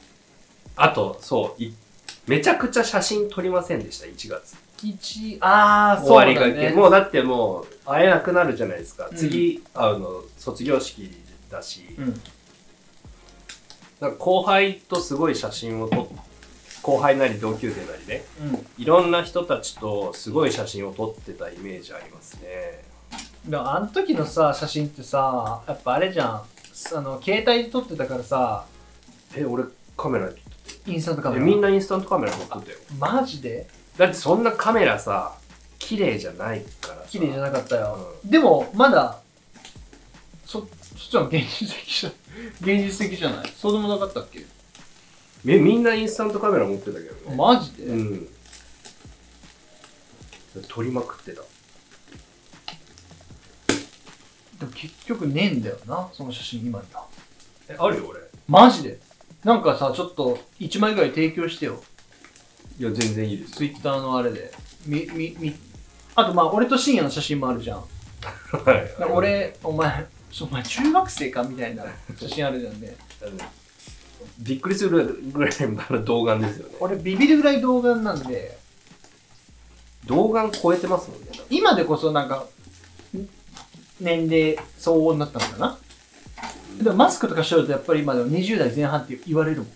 [SPEAKER 1] あとそういめちゃくちゃ写真撮りませんでした1月
[SPEAKER 2] 一ああ
[SPEAKER 1] 終わり
[SPEAKER 2] だ
[SPEAKER 1] がけ、もうだってもう会えなくなるじゃないですか、
[SPEAKER 2] うん
[SPEAKER 1] 次会うの卒業式だし、
[SPEAKER 2] うん
[SPEAKER 1] なんか後輩とすごい写真を撮っ後輩なり同級生なりね
[SPEAKER 2] う
[SPEAKER 1] い
[SPEAKER 2] ん
[SPEAKER 1] ろんな人たちとすごい写真を撮ってたイメージありますね
[SPEAKER 2] でもあの時のさ写真ってさやっぱあれじゃんあの携帯で撮ってたからさ
[SPEAKER 1] え俺カメラ
[SPEAKER 2] インスタントカメ
[SPEAKER 1] え
[SPEAKER 2] ラ
[SPEAKER 1] みんなインスタントカメラ持ってたよ
[SPEAKER 2] マジで
[SPEAKER 1] だってそんなカメラさ綺麗じゃないからさ
[SPEAKER 2] 綺麗じゃ
[SPEAKER 1] ない
[SPEAKER 2] なかったよ、でもまだそそっちの方が現実的 じゃ現実的じゃないそうでもなかったっけ
[SPEAKER 1] みみんなインスタントカメラ持ってたけどね
[SPEAKER 2] マジで、
[SPEAKER 1] うん撮りまくってた
[SPEAKER 2] でも結局ねえんだよなその写真今にな
[SPEAKER 1] えあるよ俺
[SPEAKER 2] マジでなんかさちょっと1枚ぐらい提供してよ
[SPEAKER 1] いや全然いいです
[SPEAKER 2] ツイッターのあれでみみみあとまあ俺と深夜の写真もあるじゃん
[SPEAKER 1] はい
[SPEAKER 2] なんか俺お前そうお前中学生かみたいな写真あるじゃんね
[SPEAKER 1] びっくりするぐらいの動画ですよ ね
[SPEAKER 2] 俺ビビるぐらい動画なんで
[SPEAKER 1] 動画超えてますもんね
[SPEAKER 2] 今でこそなんかん年齢相応になったのかなでもマスクとかしてるとやっぱり今でも20代前半って言われるもん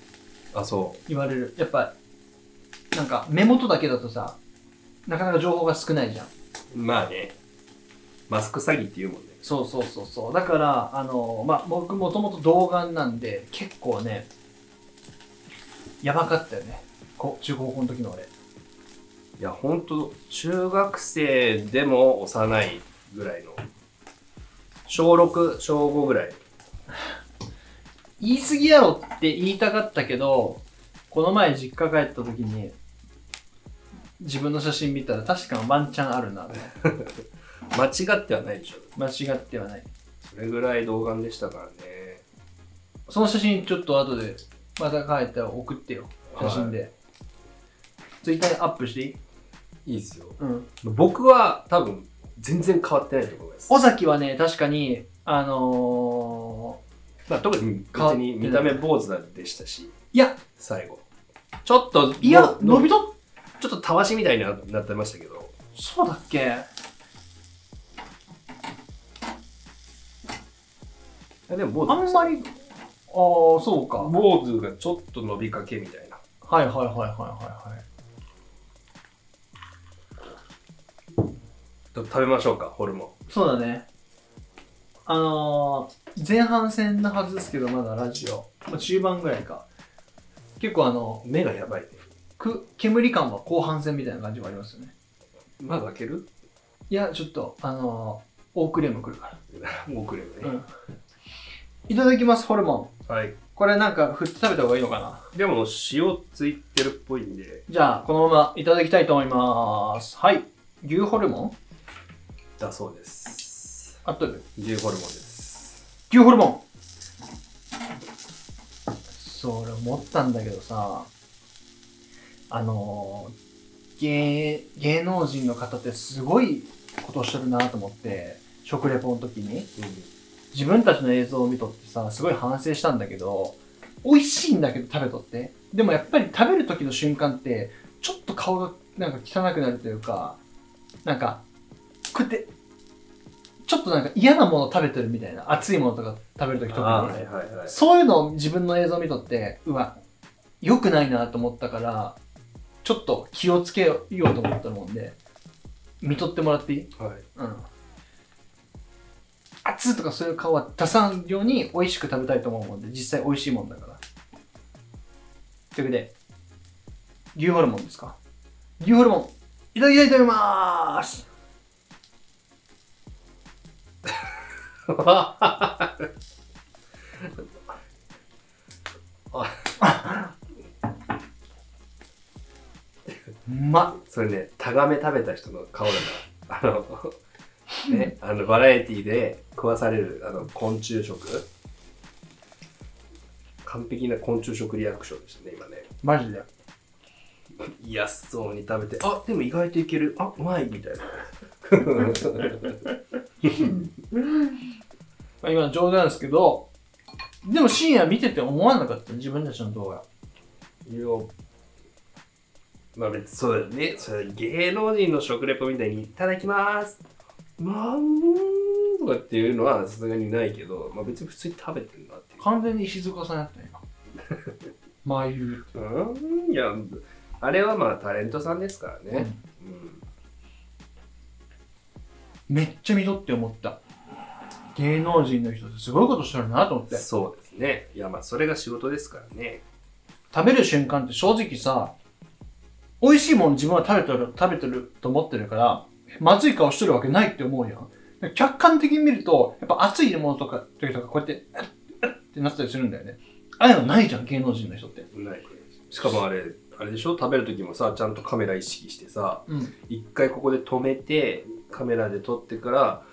[SPEAKER 1] あそ
[SPEAKER 2] 言われるやっぱなんか目元だけだとさなかなか情報が少ないじゃん
[SPEAKER 1] うまあねマスク詐欺って言うもんね
[SPEAKER 2] そうそうそうそうだからあのまあ僕もともと童顔なんで結構ねやばかったよねこ中高校の時の俺
[SPEAKER 1] いやほんと中学生でも幼いぐらいの小6小5ぐらい
[SPEAKER 2] 言い過ぎやろって言いたかったけどこの前実家帰った時に自分の写真見たら確かにワンチャンあるな
[SPEAKER 1] 間違ってはないでしょ
[SPEAKER 2] 間違ってはない
[SPEAKER 1] それぐらい童顔でしたからね
[SPEAKER 2] その写真ちょっと後でまた帰ったら送ってよ写真で、ツイッターにアップしていい
[SPEAKER 1] いいですよ。
[SPEAKER 2] うん
[SPEAKER 1] 僕は多分、全然変わってないと思います。
[SPEAKER 2] 尾崎はね確かにあの
[SPEAKER 1] まあ、特に別
[SPEAKER 2] 変わってな
[SPEAKER 1] に
[SPEAKER 2] い
[SPEAKER 1] 見た目坊主なんでしたし、
[SPEAKER 2] ーいや
[SPEAKER 1] 最後。ちょっと、
[SPEAKER 2] いや伸
[SPEAKER 1] ち
[SPEAKER 2] びた
[SPEAKER 1] ょっとたわしみたいにななってましたけど、
[SPEAKER 2] そうだっけ
[SPEAKER 1] いやでも坊主
[SPEAKER 2] あんまりああそうか
[SPEAKER 1] 坊主がちょっと伸びかけみたいな。
[SPEAKER 2] はいはいはいはいはいはい
[SPEAKER 1] と食べましょうか、ホルモン。
[SPEAKER 2] そうだねあのー、前半戦のはずですけどまだラジオ、まあ、中盤ぐらいか結構あの
[SPEAKER 1] 目がやばいね。
[SPEAKER 2] く煙感は後半戦みたいな感じもありますよね
[SPEAKER 1] 窓開ける
[SPEAKER 2] いやちょっとあのー、大クレーム来るか
[SPEAKER 1] もう遅れる
[SPEAKER 2] ら、う
[SPEAKER 1] ね。
[SPEAKER 2] ん、いただきますホルモン
[SPEAKER 1] はい。
[SPEAKER 2] これなんか振って食べた方がいいのかな
[SPEAKER 1] でも、塩ついてるっぽいんで、
[SPEAKER 2] じゃあこのままいただきたいと思いますはい牛ホルモン
[SPEAKER 1] だそうです。
[SPEAKER 2] あとで
[SPEAKER 1] 牛ホルモンです。
[SPEAKER 2] 牛ホルモンそう俺思ったんだけどさあのー芸芸能人の方ってすごいことしてるなと思って食レポの時に自分たちの映像を見とってさすごい反省したんだけど美味しいんだけど食べとってでもやっぱり食べる時の瞬間ってちょっと顔がなんか汚くなるというかなんか食ってちょっとなんか嫌なもの食べてるみたいな熱いものとか食べる時特に、
[SPEAKER 1] ああー、はいはいはい。
[SPEAKER 2] そういうのを自分の映像を見とってうわ良くないなと思ったからちょっと気をつけようと思ったもんで見とってもらっていい
[SPEAKER 1] はい、
[SPEAKER 2] うん、熱とかそういう顔は出さんように美味しく食べたいと思うもんで実際美味しいもんだからというわけで牛ホルモンですか牛ホルモンいただきたいと思いますうま
[SPEAKER 1] それね、タガメ食べた人の顔だ から。あの、ね、あの、バラエティで食わされる、あの、昆虫食。完璧な昆虫食リアクションでしたね、今ね。
[SPEAKER 2] マジで
[SPEAKER 1] 嫌そうに食べて、あ、でも意外といける。あ、うまいみたいな。
[SPEAKER 2] まあ、今の冗談ですけど、でも深夜見てて思わなかった自分たちの動画。
[SPEAKER 1] いや、まあ別にそうだよね。それ芸能人の食レポみたいに、いただきます。まあ、うーんとかっていうのはさすがにないけど、まあ別に普通に食べてるなっていう。
[SPEAKER 2] 完全に石塚さんやったよ、今。まあ言う。
[SPEAKER 1] うーん、いや、あれはまあタレントさんですからね。うん。
[SPEAKER 2] めっちゃ見とって思った。芸能人の人ってすごいことしてるなと思って。
[SPEAKER 1] そうですね。いや、まあそれが仕事ですからね。
[SPEAKER 2] 食べる瞬間って正直さ、美味しいもん自分は食べてる、食べてると思ってるから、まずい顔してるわけないって思うやん。客観的に見ると、やっぱ熱いものとか、時とかこうやって、うっうっってなったりするんだよね。ああいうのないじゃん、芸能人の人って。
[SPEAKER 1] ないしかもあれ、あれでしょ食べる時もさ、ちゃんとカメラ意識してさ、
[SPEAKER 2] うん。
[SPEAKER 1] 一回ここで止めてカメラで撮ってから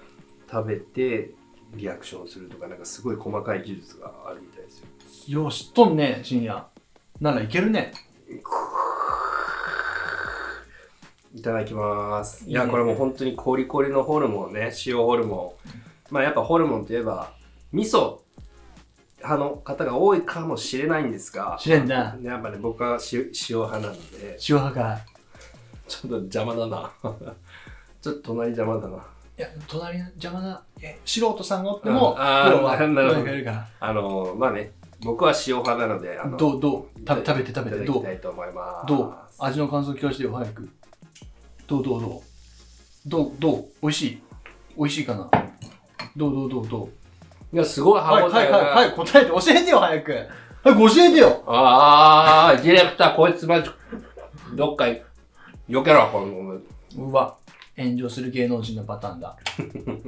[SPEAKER 1] 食べてリアクションするとかなんかすごい細かい技術があるみたいですよ
[SPEAKER 2] よう知っとんね深夜ならいけるね
[SPEAKER 1] いただきますい
[SPEAKER 2] い
[SPEAKER 1] や
[SPEAKER 2] いね
[SPEAKER 1] これもう本当にコリコリのホルモンね塩ホルモンまあやっぱホルモンといえば味噌派の方が多いかもしれないんですが
[SPEAKER 2] 知れんな
[SPEAKER 1] やっぱね僕は塩塩派なので
[SPEAKER 2] 塩派が
[SPEAKER 1] ちょっと邪魔だ なちょっと隣邪魔だない
[SPEAKER 2] や隣の邪魔なえ素人さんがおっても
[SPEAKER 1] うんあー
[SPEAKER 2] 要は
[SPEAKER 1] なるほど
[SPEAKER 2] なんかいるか
[SPEAKER 1] あのまあね僕は塩派なのであ
[SPEAKER 2] ら
[SPEAKER 1] の
[SPEAKER 2] どうどうた食べ
[SPEAKER 1] い
[SPEAKER 2] て食べて
[SPEAKER 1] ただ
[SPEAKER 2] ど
[SPEAKER 1] き
[SPEAKER 2] う
[SPEAKER 1] たいと思います。
[SPEAKER 2] どう味の感想聞かせてよ早くどうどうどうどうどう美味しい美味しいかなどうどうどうどう
[SPEAKER 1] いや、すごい歯応
[SPEAKER 2] はい
[SPEAKER 1] えが。
[SPEAKER 2] はいはいはい答えて教えてよ早く早く教えてよ
[SPEAKER 1] ああ、ディレクター、こいつマジ、どっか、よけろ、この、
[SPEAKER 2] うわ炎上する芸能人のパターンだ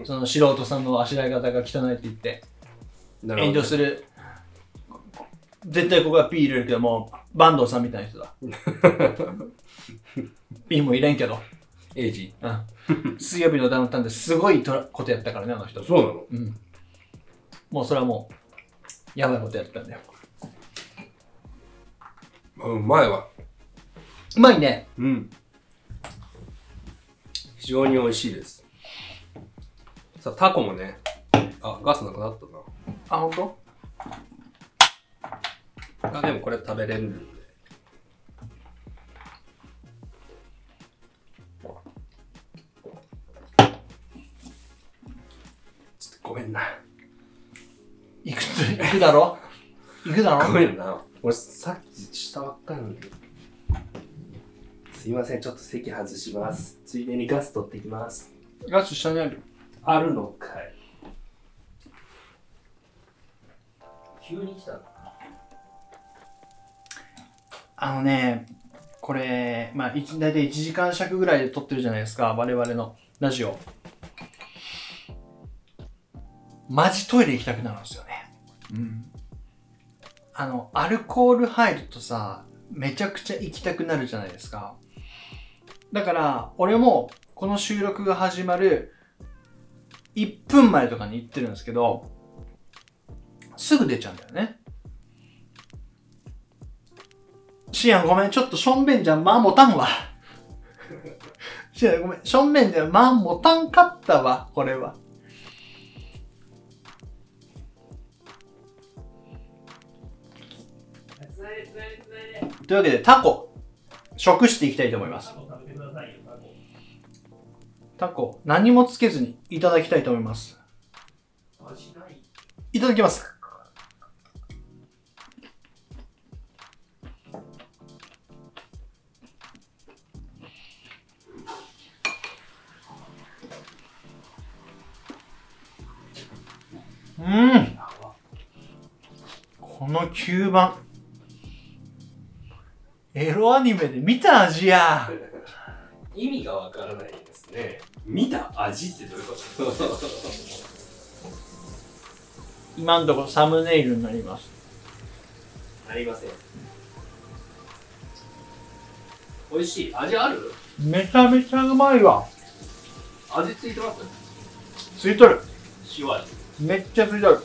[SPEAKER 2] その素人さんのあしらい方が汚いって言って
[SPEAKER 1] な
[SPEAKER 2] 遠慮する絶対ここは P 入れるけども坂東さんみたいな人 だ P も入れんけど、
[SPEAKER 1] エイジ。
[SPEAKER 2] うん、水曜日のダウンタウンですごいとらことやったからねあの人
[SPEAKER 1] そうなの
[SPEAKER 2] うんもうそれはもうやばいことやったんだよ。
[SPEAKER 1] うんうまいわ。
[SPEAKER 2] うまいね。
[SPEAKER 1] うん。非常に美味しいです。さあ、タコもね。あ、ガスなくなった
[SPEAKER 2] あ、ほんと
[SPEAKER 1] な。あ、でもこれ食べれるんで。ちょっとごめんな。
[SPEAKER 2] 行くと、行くだ ろ行くだ
[SPEAKER 1] ご
[SPEAKER 2] ろ
[SPEAKER 1] めんな。俺さっきしたばっかなんで。すいません、ちょっと席外します。ついでにガス取ってきます。
[SPEAKER 2] ガス下にある。
[SPEAKER 1] あるのかい急に来たの
[SPEAKER 2] あのね、これ、まあ、一大体1時間尺ぐらいで撮ってるじゃないですか、我々のラジオ。マジトイレ行きたくなるんですよね。
[SPEAKER 3] うん。
[SPEAKER 2] あの、アルコール入るとさ、めちゃくちゃ行きたくなるじゃないですか。だから、俺も、この収録が始まる1分前とかに行ってるんですけど、すぐ出ちゃうんだよね。シアンごめん、ちょっとしょんべんじゃ間持たんわ。 シアンごめん、しょんべんじゃ間持たんかったわ、これは。というわけで、タコ、食していきたいと思います。タコ、何もつけずにいただきたいと思います。いただきます。うん。この吸盤。エロアニメで見た味や。
[SPEAKER 1] 意味がわからないですね見た味ってどういうこと
[SPEAKER 2] 今のところサムネイルになります。
[SPEAKER 1] なりません美味しい味ある
[SPEAKER 2] めちゃめちゃうまいわ。
[SPEAKER 1] 味ついてます
[SPEAKER 2] ついとる。
[SPEAKER 1] 塩味
[SPEAKER 2] めっちゃついとる。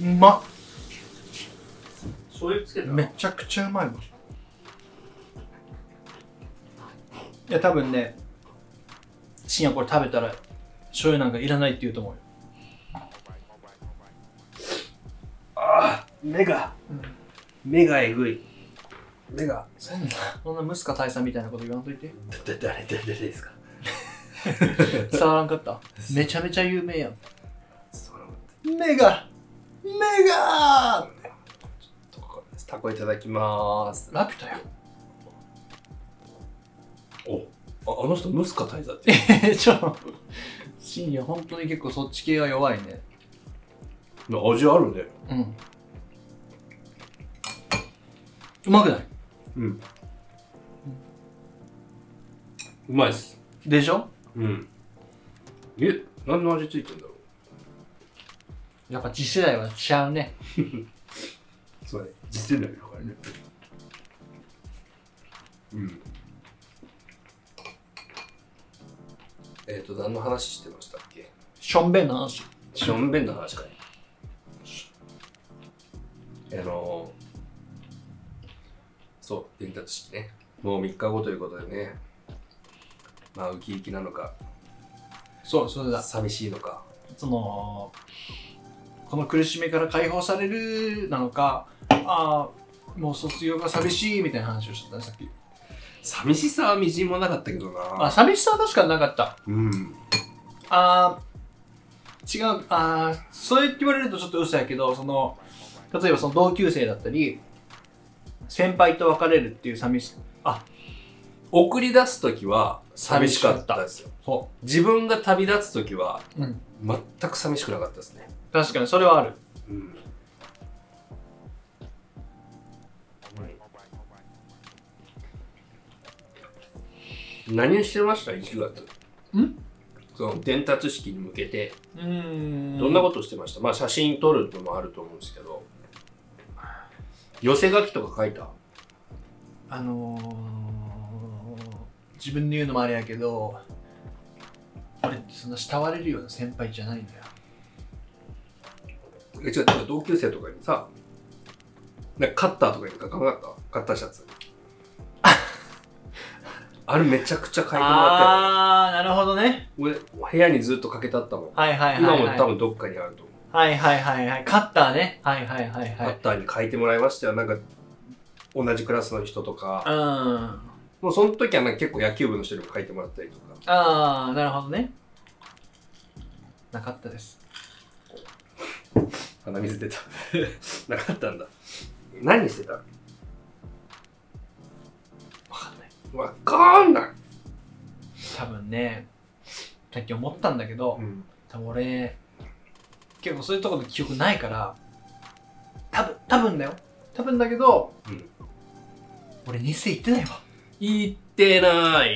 [SPEAKER 2] うまっ。
[SPEAKER 1] 醤油つけた
[SPEAKER 2] めちゃくちゃうまいわ。いや、多分ね、深夜これ食べたら醤油なんかいらないって言うと思うよ。
[SPEAKER 1] 目が、目がえぐい目が
[SPEAKER 2] そんな、そんなムスカ大佐みたいなこと言わんといて。
[SPEAKER 1] だだ誰誰ですか
[SPEAKER 2] 伝わらんか った。めちゃめちゃ有名やん。
[SPEAKER 1] その
[SPEAKER 2] 目が目が
[SPEAKER 1] とこですタコいただきます
[SPEAKER 2] ラピュタよ。
[SPEAKER 1] おああの人ムスカ大佐って
[SPEAKER 2] え、ちょ、深夜本当に結構そっち系は弱いね。
[SPEAKER 1] 味あるね
[SPEAKER 2] うん。うまくない
[SPEAKER 1] うんうまいっす
[SPEAKER 2] でしょ
[SPEAKER 1] うんえ何の味ついてんだろ
[SPEAKER 2] やっぱ次世代はちゃうね。
[SPEAKER 1] うそれ実践だけどこれねうんえっ、と何の話してましたっけ
[SPEAKER 2] しょんべんの話。
[SPEAKER 1] ションベンの話かねあのそう伝達式ねもう3日後ということでねまあウキウキなのか
[SPEAKER 2] そう、それだ。
[SPEAKER 1] 寂しいのか
[SPEAKER 2] その、この苦しみから解放されるなのか、ああ、もう卒業が寂しいみたいな話をしてたね、さっき。
[SPEAKER 1] 寂しさはみじんもなかったけどな
[SPEAKER 2] あ、寂しさは確かになかった。
[SPEAKER 1] うん
[SPEAKER 2] あー違うあーそう言って言われるとちょっと嘘やけどその例えばその同級生だったり先輩と別れるっていう寂しさ
[SPEAKER 1] 送り出す時は寂しかったですよ
[SPEAKER 2] そ
[SPEAKER 1] 自分が旅立つ時は
[SPEAKER 2] う、うん、
[SPEAKER 1] 全く寂しくなかったですね
[SPEAKER 2] 確かにそれはある
[SPEAKER 1] うん何をしてました ?1 月。
[SPEAKER 2] ん
[SPEAKER 1] その伝達式に向けて、
[SPEAKER 2] うーん
[SPEAKER 1] どんなことしてました、まあ写真撮るのもあると思うんですけど、寄せ書きとか書いた
[SPEAKER 2] あのー、自分で言うのもあれやけど俺そんな慕われるような先輩じゃないんだよ
[SPEAKER 1] え違う、なんか同級生とかにさ、なんかカッターとかにかかなかったカッターシャツ。 あれめちゃくちゃ買いてもらって
[SPEAKER 2] あーなるほどね
[SPEAKER 1] 俺、部屋にずっとかけてあったもん。
[SPEAKER 2] はいはいはい、
[SPEAKER 1] 今
[SPEAKER 2] はい、
[SPEAKER 1] も多分どっかにあると思う。
[SPEAKER 2] はいはいはいはいカッターねはいはいはい
[SPEAKER 1] カ
[SPEAKER 2] はい
[SPEAKER 1] ッターに書いてもらいましたよ。なんか、同じクラスの人とか。
[SPEAKER 2] うん
[SPEAKER 1] もうその時はなんか結構野球部の人にも書いてもらったりとか。
[SPEAKER 2] ああなるほどねなかったです
[SPEAKER 1] 鼻水出た。 なかったんだ。何してたわ
[SPEAKER 2] わかんない
[SPEAKER 1] わかんない。
[SPEAKER 2] 多分ねさっき思ったんだけど、
[SPEAKER 1] うん。
[SPEAKER 2] 多分俺結構そういうところの記憶ないから多分多分だよ多分だけど、
[SPEAKER 1] うん
[SPEAKER 2] 俺日生行ってないわ
[SPEAKER 1] 言ってない。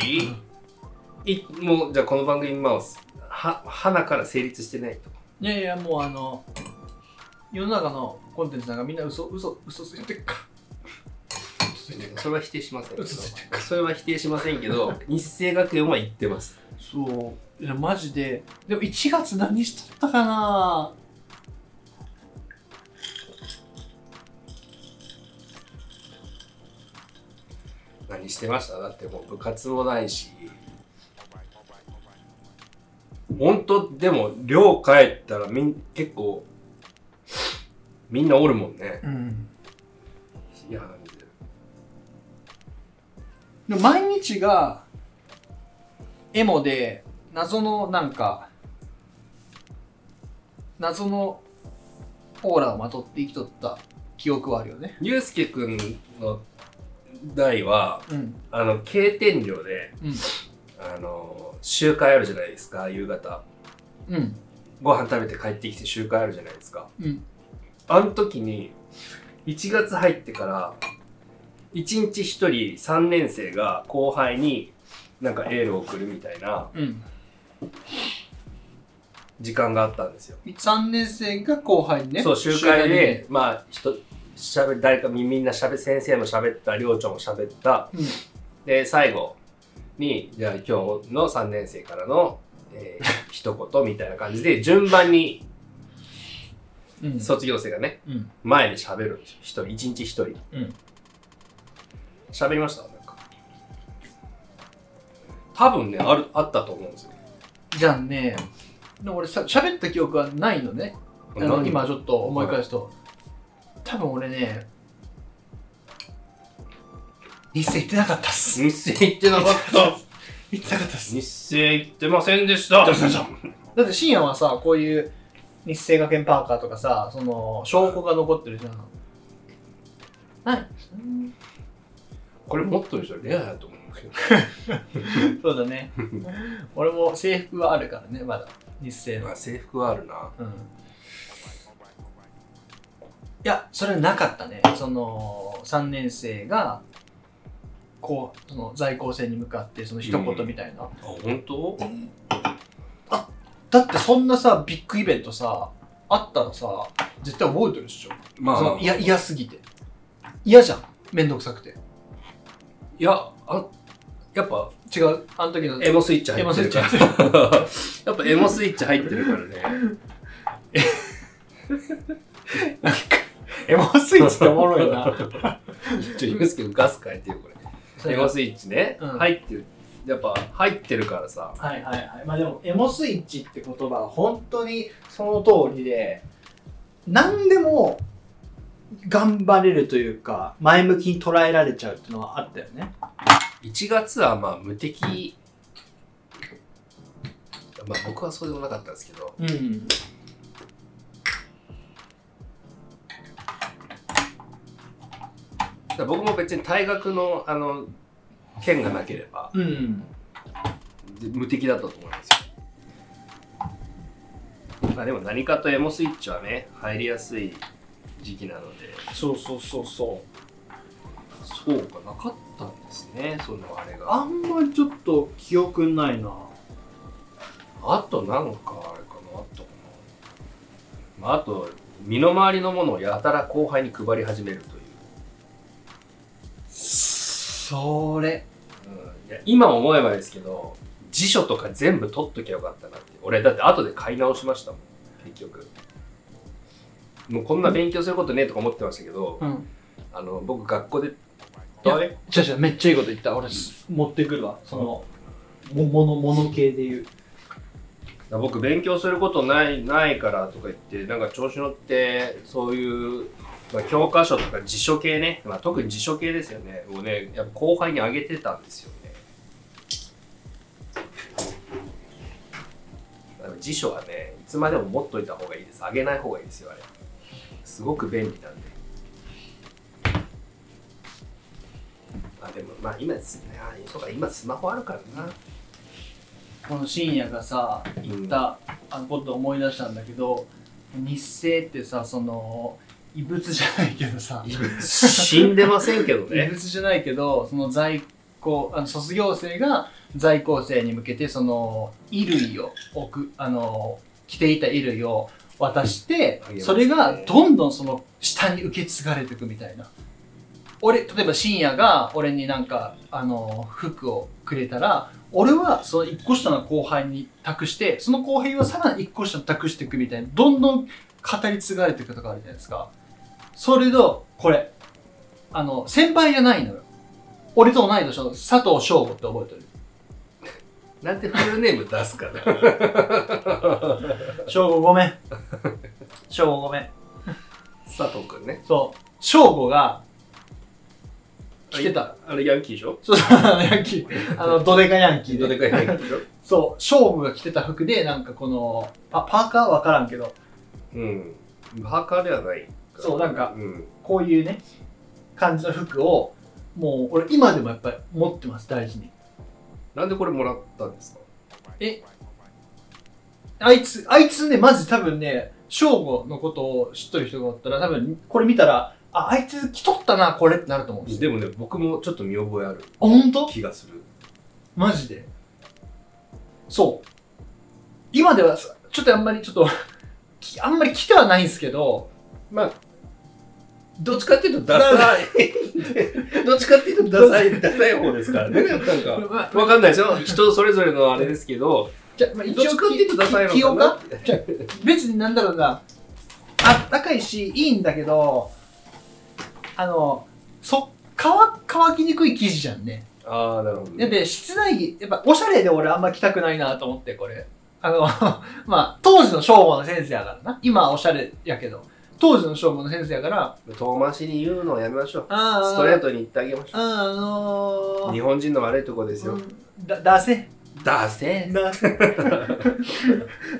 [SPEAKER 1] いもうじゃあこの番組今はは花から成立してないと
[SPEAKER 2] いやいやもうあの世の中のコンテンツなんかみんな嘘嘘嘘ついてっか嘘ついてっか
[SPEAKER 1] それは否定しませんけど
[SPEAKER 2] 嘘ついてっか
[SPEAKER 1] それは否定しませんけ ど日清学園は言ってます
[SPEAKER 2] そういやマジででも1月何しとったかな
[SPEAKER 1] 何してましただってもう部活もないし本当でも寮帰ったらみん結構みんなおるもんね
[SPEAKER 2] うん
[SPEAKER 1] いやなんで
[SPEAKER 2] でも毎日がエモで謎のなんか謎のオーラをまとって生きとった記憶はあるよね
[SPEAKER 1] ゆうすけくんの代は
[SPEAKER 2] うん
[SPEAKER 1] あの経典寮で、
[SPEAKER 2] うん
[SPEAKER 1] あの集会あるじゃないですか夕方
[SPEAKER 2] うん
[SPEAKER 1] ご飯食べて帰ってきて集会あるじゃないですか
[SPEAKER 2] うん
[SPEAKER 1] あの時に1月入ってから1日1人3年生が後輩になんかエールを送るみたいな
[SPEAKER 2] うん
[SPEAKER 1] 時間があったんですよ、
[SPEAKER 2] 3年生が後輩にね
[SPEAKER 1] そう集会でまあ人しゃべ誰かみみんなしゃべ先生も喋った寮長も喋った
[SPEAKER 2] うん
[SPEAKER 1] で最後にじゃあ今日の3年生からの、え ー一言みたいな感じで順番に
[SPEAKER 2] うん
[SPEAKER 1] 卒業生がね
[SPEAKER 2] うん
[SPEAKER 1] 前で喋るんですよ一人一日一人
[SPEAKER 2] うん
[SPEAKER 1] 喋りましたなんか多分ねあるあったと思うんですよ
[SPEAKER 2] じゃあねでも俺さ喋った記憶はないのねあの今ちょっと思い返すと、多分俺ね日生行ってなかったっす
[SPEAKER 1] 日生行ってなか った
[SPEAKER 2] 行ってなかったっす
[SPEAKER 1] 日生行ってませんで した
[SPEAKER 2] だって深夜はさこういう日生学園パーカーとかさその証拠が残ってるじゃんない
[SPEAKER 1] これもっとでしょレアだと思うんですけど
[SPEAKER 2] そうだね俺も制服はあるからねまだ日生の
[SPEAKER 1] まあ制服はあるな
[SPEAKER 2] うんいやそれはなかったねその3年生がこうその在校生に向かってその一言みたいな、
[SPEAKER 1] あ本当
[SPEAKER 2] だってそんなさビッグイベントさあったらさ絶対覚えてるでしょ
[SPEAKER 1] ま
[SPEAKER 2] その
[SPEAKER 1] い
[SPEAKER 2] い
[SPEAKER 1] や
[SPEAKER 2] や嫌すぎて嫌じゃんめんどくさくて
[SPEAKER 1] いやあやっぱ
[SPEAKER 2] 違うあの時の
[SPEAKER 1] エモスイッチ
[SPEAKER 2] エ
[SPEAKER 1] 入
[SPEAKER 2] モ
[SPEAKER 1] っ
[SPEAKER 2] ス
[SPEAKER 1] て
[SPEAKER 2] イ
[SPEAKER 1] る
[SPEAKER 2] ッチ
[SPEAKER 1] か
[SPEAKER 2] や
[SPEAKER 1] ら
[SPEAKER 2] ってる
[SPEAKER 1] やっぱエモスイッチ入ってるからね
[SPEAKER 2] エモスイッチっておもろい な
[SPEAKER 1] ちょ、ユースケのガス変えてよ、これ。エゴスイッチね。
[SPEAKER 2] うん
[SPEAKER 1] 入ってる。やっぱ、入ってるからさ。
[SPEAKER 2] はいはいはいまあでもエモスイッチって言葉は本当にその通りで何でも頑張れるというか前向きに捉えられちゃうっていうのはあったよね
[SPEAKER 1] 1月は、まあ、無敵。まあ、僕はそうでもなかったんですけど、
[SPEAKER 2] うん
[SPEAKER 1] だから僕も別に大学の、あの、剣がなければ、
[SPEAKER 2] うん
[SPEAKER 1] で無敵だったと思いますよ。まあ、でも何かとエモスイッチはね、入りやすい時期なので、
[SPEAKER 2] そうそうそうそう
[SPEAKER 1] そうか、なかったんですね、そのあれが。
[SPEAKER 2] あんまりちょっと記憶ないな
[SPEAKER 1] あとなんかあれかなあったかな、まあ、あと身の回りのものをやたら後輩に配り始めるという、
[SPEAKER 2] それ
[SPEAKER 1] うんいや今思えばですけど辞書とか全部取っときゃよかったなって。俺、だって後で買い直しましたもん、結局。もうこんな勉強することねえとか思ってましたけど、
[SPEAKER 2] うん。
[SPEAKER 1] あの、僕学校で、
[SPEAKER 2] いや
[SPEAKER 1] あれ
[SPEAKER 2] じゃじゃめっちゃいいこと言った。俺、す持ってくるわ。その、も、もの、もの系で言う。
[SPEAKER 1] 僕勉強することないないからとか言ってなんか調子乗ってそういう、まあ、教科書とか辞書系ね、まあ、特に辞書系ですよねをねやっぱ後輩にあげてたんですよねあの辞書はねいつまでも持っといた方がいいですあげない方がいいですよあれすごく便利なんであでもまあ今ですねあそうか今スマホあるからな
[SPEAKER 2] この深夜がさ、言ったあのことを思い出したんだけど、日生ってさ、その、異物じゃないけどさ、
[SPEAKER 1] 死んでませんけど
[SPEAKER 2] 異
[SPEAKER 1] ね
[SPEAKER 2] 物じゃないけど、その在校、あの卒業生が在校生に向けて、その、衣類を置く、あの、着ていた衣類を渡して
[SPEAKER 1] あげま、すね
[SPEAKER 2] それがどんどんその下に受け継がれていくみたいな。俺、例えば深夜が俺になんか、あの、服をくれたら、俺はその一個下の後輩に託して、その後輩はさらに一個下に託していくみたいな、どんどん語り継がれていくとかあるじゃないですか。それと、これ。あの、先輩じゃないのよ。俺と同い年の佐藤翔吾って覚えてる。
[SPEAKER 1] なんてフルネーム出すかな
[SPEAKER 2] 翔吾ご めん。翔吾ごめん。
[SPEAKER 1] 佐藤くんね。
[SPEAKER 2] そう。翔吾が、来てた。
[SPEAKER 1] あれヤンキーでしょ
[SPEAKER 2] そう そう、あの、ヤンキー。あの、ドデカヤンキー
[SPEAKER 1] ど
[SPEAKER 2] で。
[SPEAKER 1] でかいヤンキーでしょ
[SPEAKER 2] そう、翔吾が着てた服で、なんかこの、パパーカーわからんけど、
[SPEAKER 1] うん。バカではないら
[SPEAKER 2] そうなんか
[SPEAKER 1] うん。
[SPEAKER 2] こういうね、感じの服を、もう、俺今でもやっぱり持ってます、大事に。
[SPEAKER 1] なんでこれもらったんですか
[SPEAKER 2] えあいつ、あいつね、まず多分ね、翔吾のことを知っとる人がおったら、多分これ見たら、あ、あいつ着とったな、これってなると思うんですよ。
[SPEAKER 1] でもね、僕もちょっと見覚えある
[SPEAKER 2] あ、本当？
[SPEAKER 1] 気がする。
[SPEAKER 2] マジでそう。今ではさ、ちょっとあんまりちょ っと、きあんまり着てはないんですけど、
[SPEAKER 1] まあ、どっちかっていうとダ
[SPEAKER 2] ダ
[SPEAKER 1] サい。どっちかっていうとダサい、ダサい方ですからね。 なんか、
[SPEAKER 2] まあ
[SPEAKER 1] わかんないですよ。人それぞれのあれですけど、
[SPEAKER 2] じゃあ、まあ、
[SPEAKER 1] どっ
[SPEAKER 2] 一
[SPEAKER 1] ち
[SPEAKER 2] 応
[SPEAKER 1] かっていうとダサい
[SPEAKER 2] 着よ
[SPEAKER 1] の
[SPEAKER 2] う
[SPEAKER 1] か
[SPEAKER 2] か
[SPEAKER 1] な。
[SPEAKER 2] じゃあ別になんだろうな、あったかいし、いいんだけど、あの、そ乾乾きにくい生地じゃんね。
[SPEAKER 1] ああ、なるほど、
[SPEAKER 2] だっ
[SPEAKER 1] ね。
[SPEAKER 2] て室内着、やっぱおしゃれで俺あんま着たくないなと思って、これ。あの、 まあ、当時の正吾の先生やからな。今はおしゃれやけど、当時の正吾の先生やから、
[SPEAKER 1] 遠回しに言うのをやめましょう。
[SPEAKER 2] あ
[SPEAKER 1] ストレー
[SPEAKER 2] ト。
[SPEAKER 1] トに言ってあげましょ
[SPEAKER 2] あーあの
[SPEAKER 1] う。日
[SPEAKER 2] ー、
[SPEAKER 1] 本人の悪いとこですよ。
[SPEAKER 2] うんだ、だせ。
[SPEAKER 1] ダセ
[SPEAKER 2] な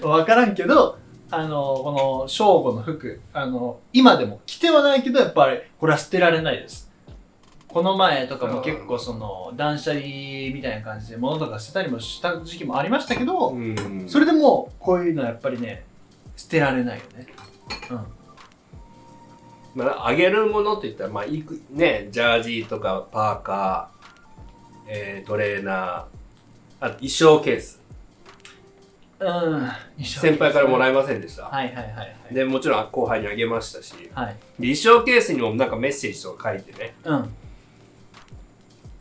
[SPEAKER 2] わからんけど、あの、この、正吾の服、あの、今でも着てはないけど、やっぱり、これは捨てられないです。この前とかも結構その、断捨離みたいな感じで物とか捨てたりもした時期もありましたけど、
[SPEAKER 1] うん
[SPEAKER 2] それでも、こういうのはやっぱりね、捨てられないよね。
[SPEAKER 1] まあ、あげるものって言ったら、まあ、いく、ね、ジャージーとか、パーカー、えー、トレーナー、あと衣装ケース。
[SPEAKER 2] うん。一緒
[SPEAKER 1] 先輩からもらいませんでした。
[SPEAKER 2] はいはいはいはい。
[SPEAKER 1] で、もちろん後輩にあげましたし、で
[SPEAKER 2] はい。
[SPEAKER 1] 衣装ケースにもなんかメッセージとか書いてね。
[SPEAKER 2] うん。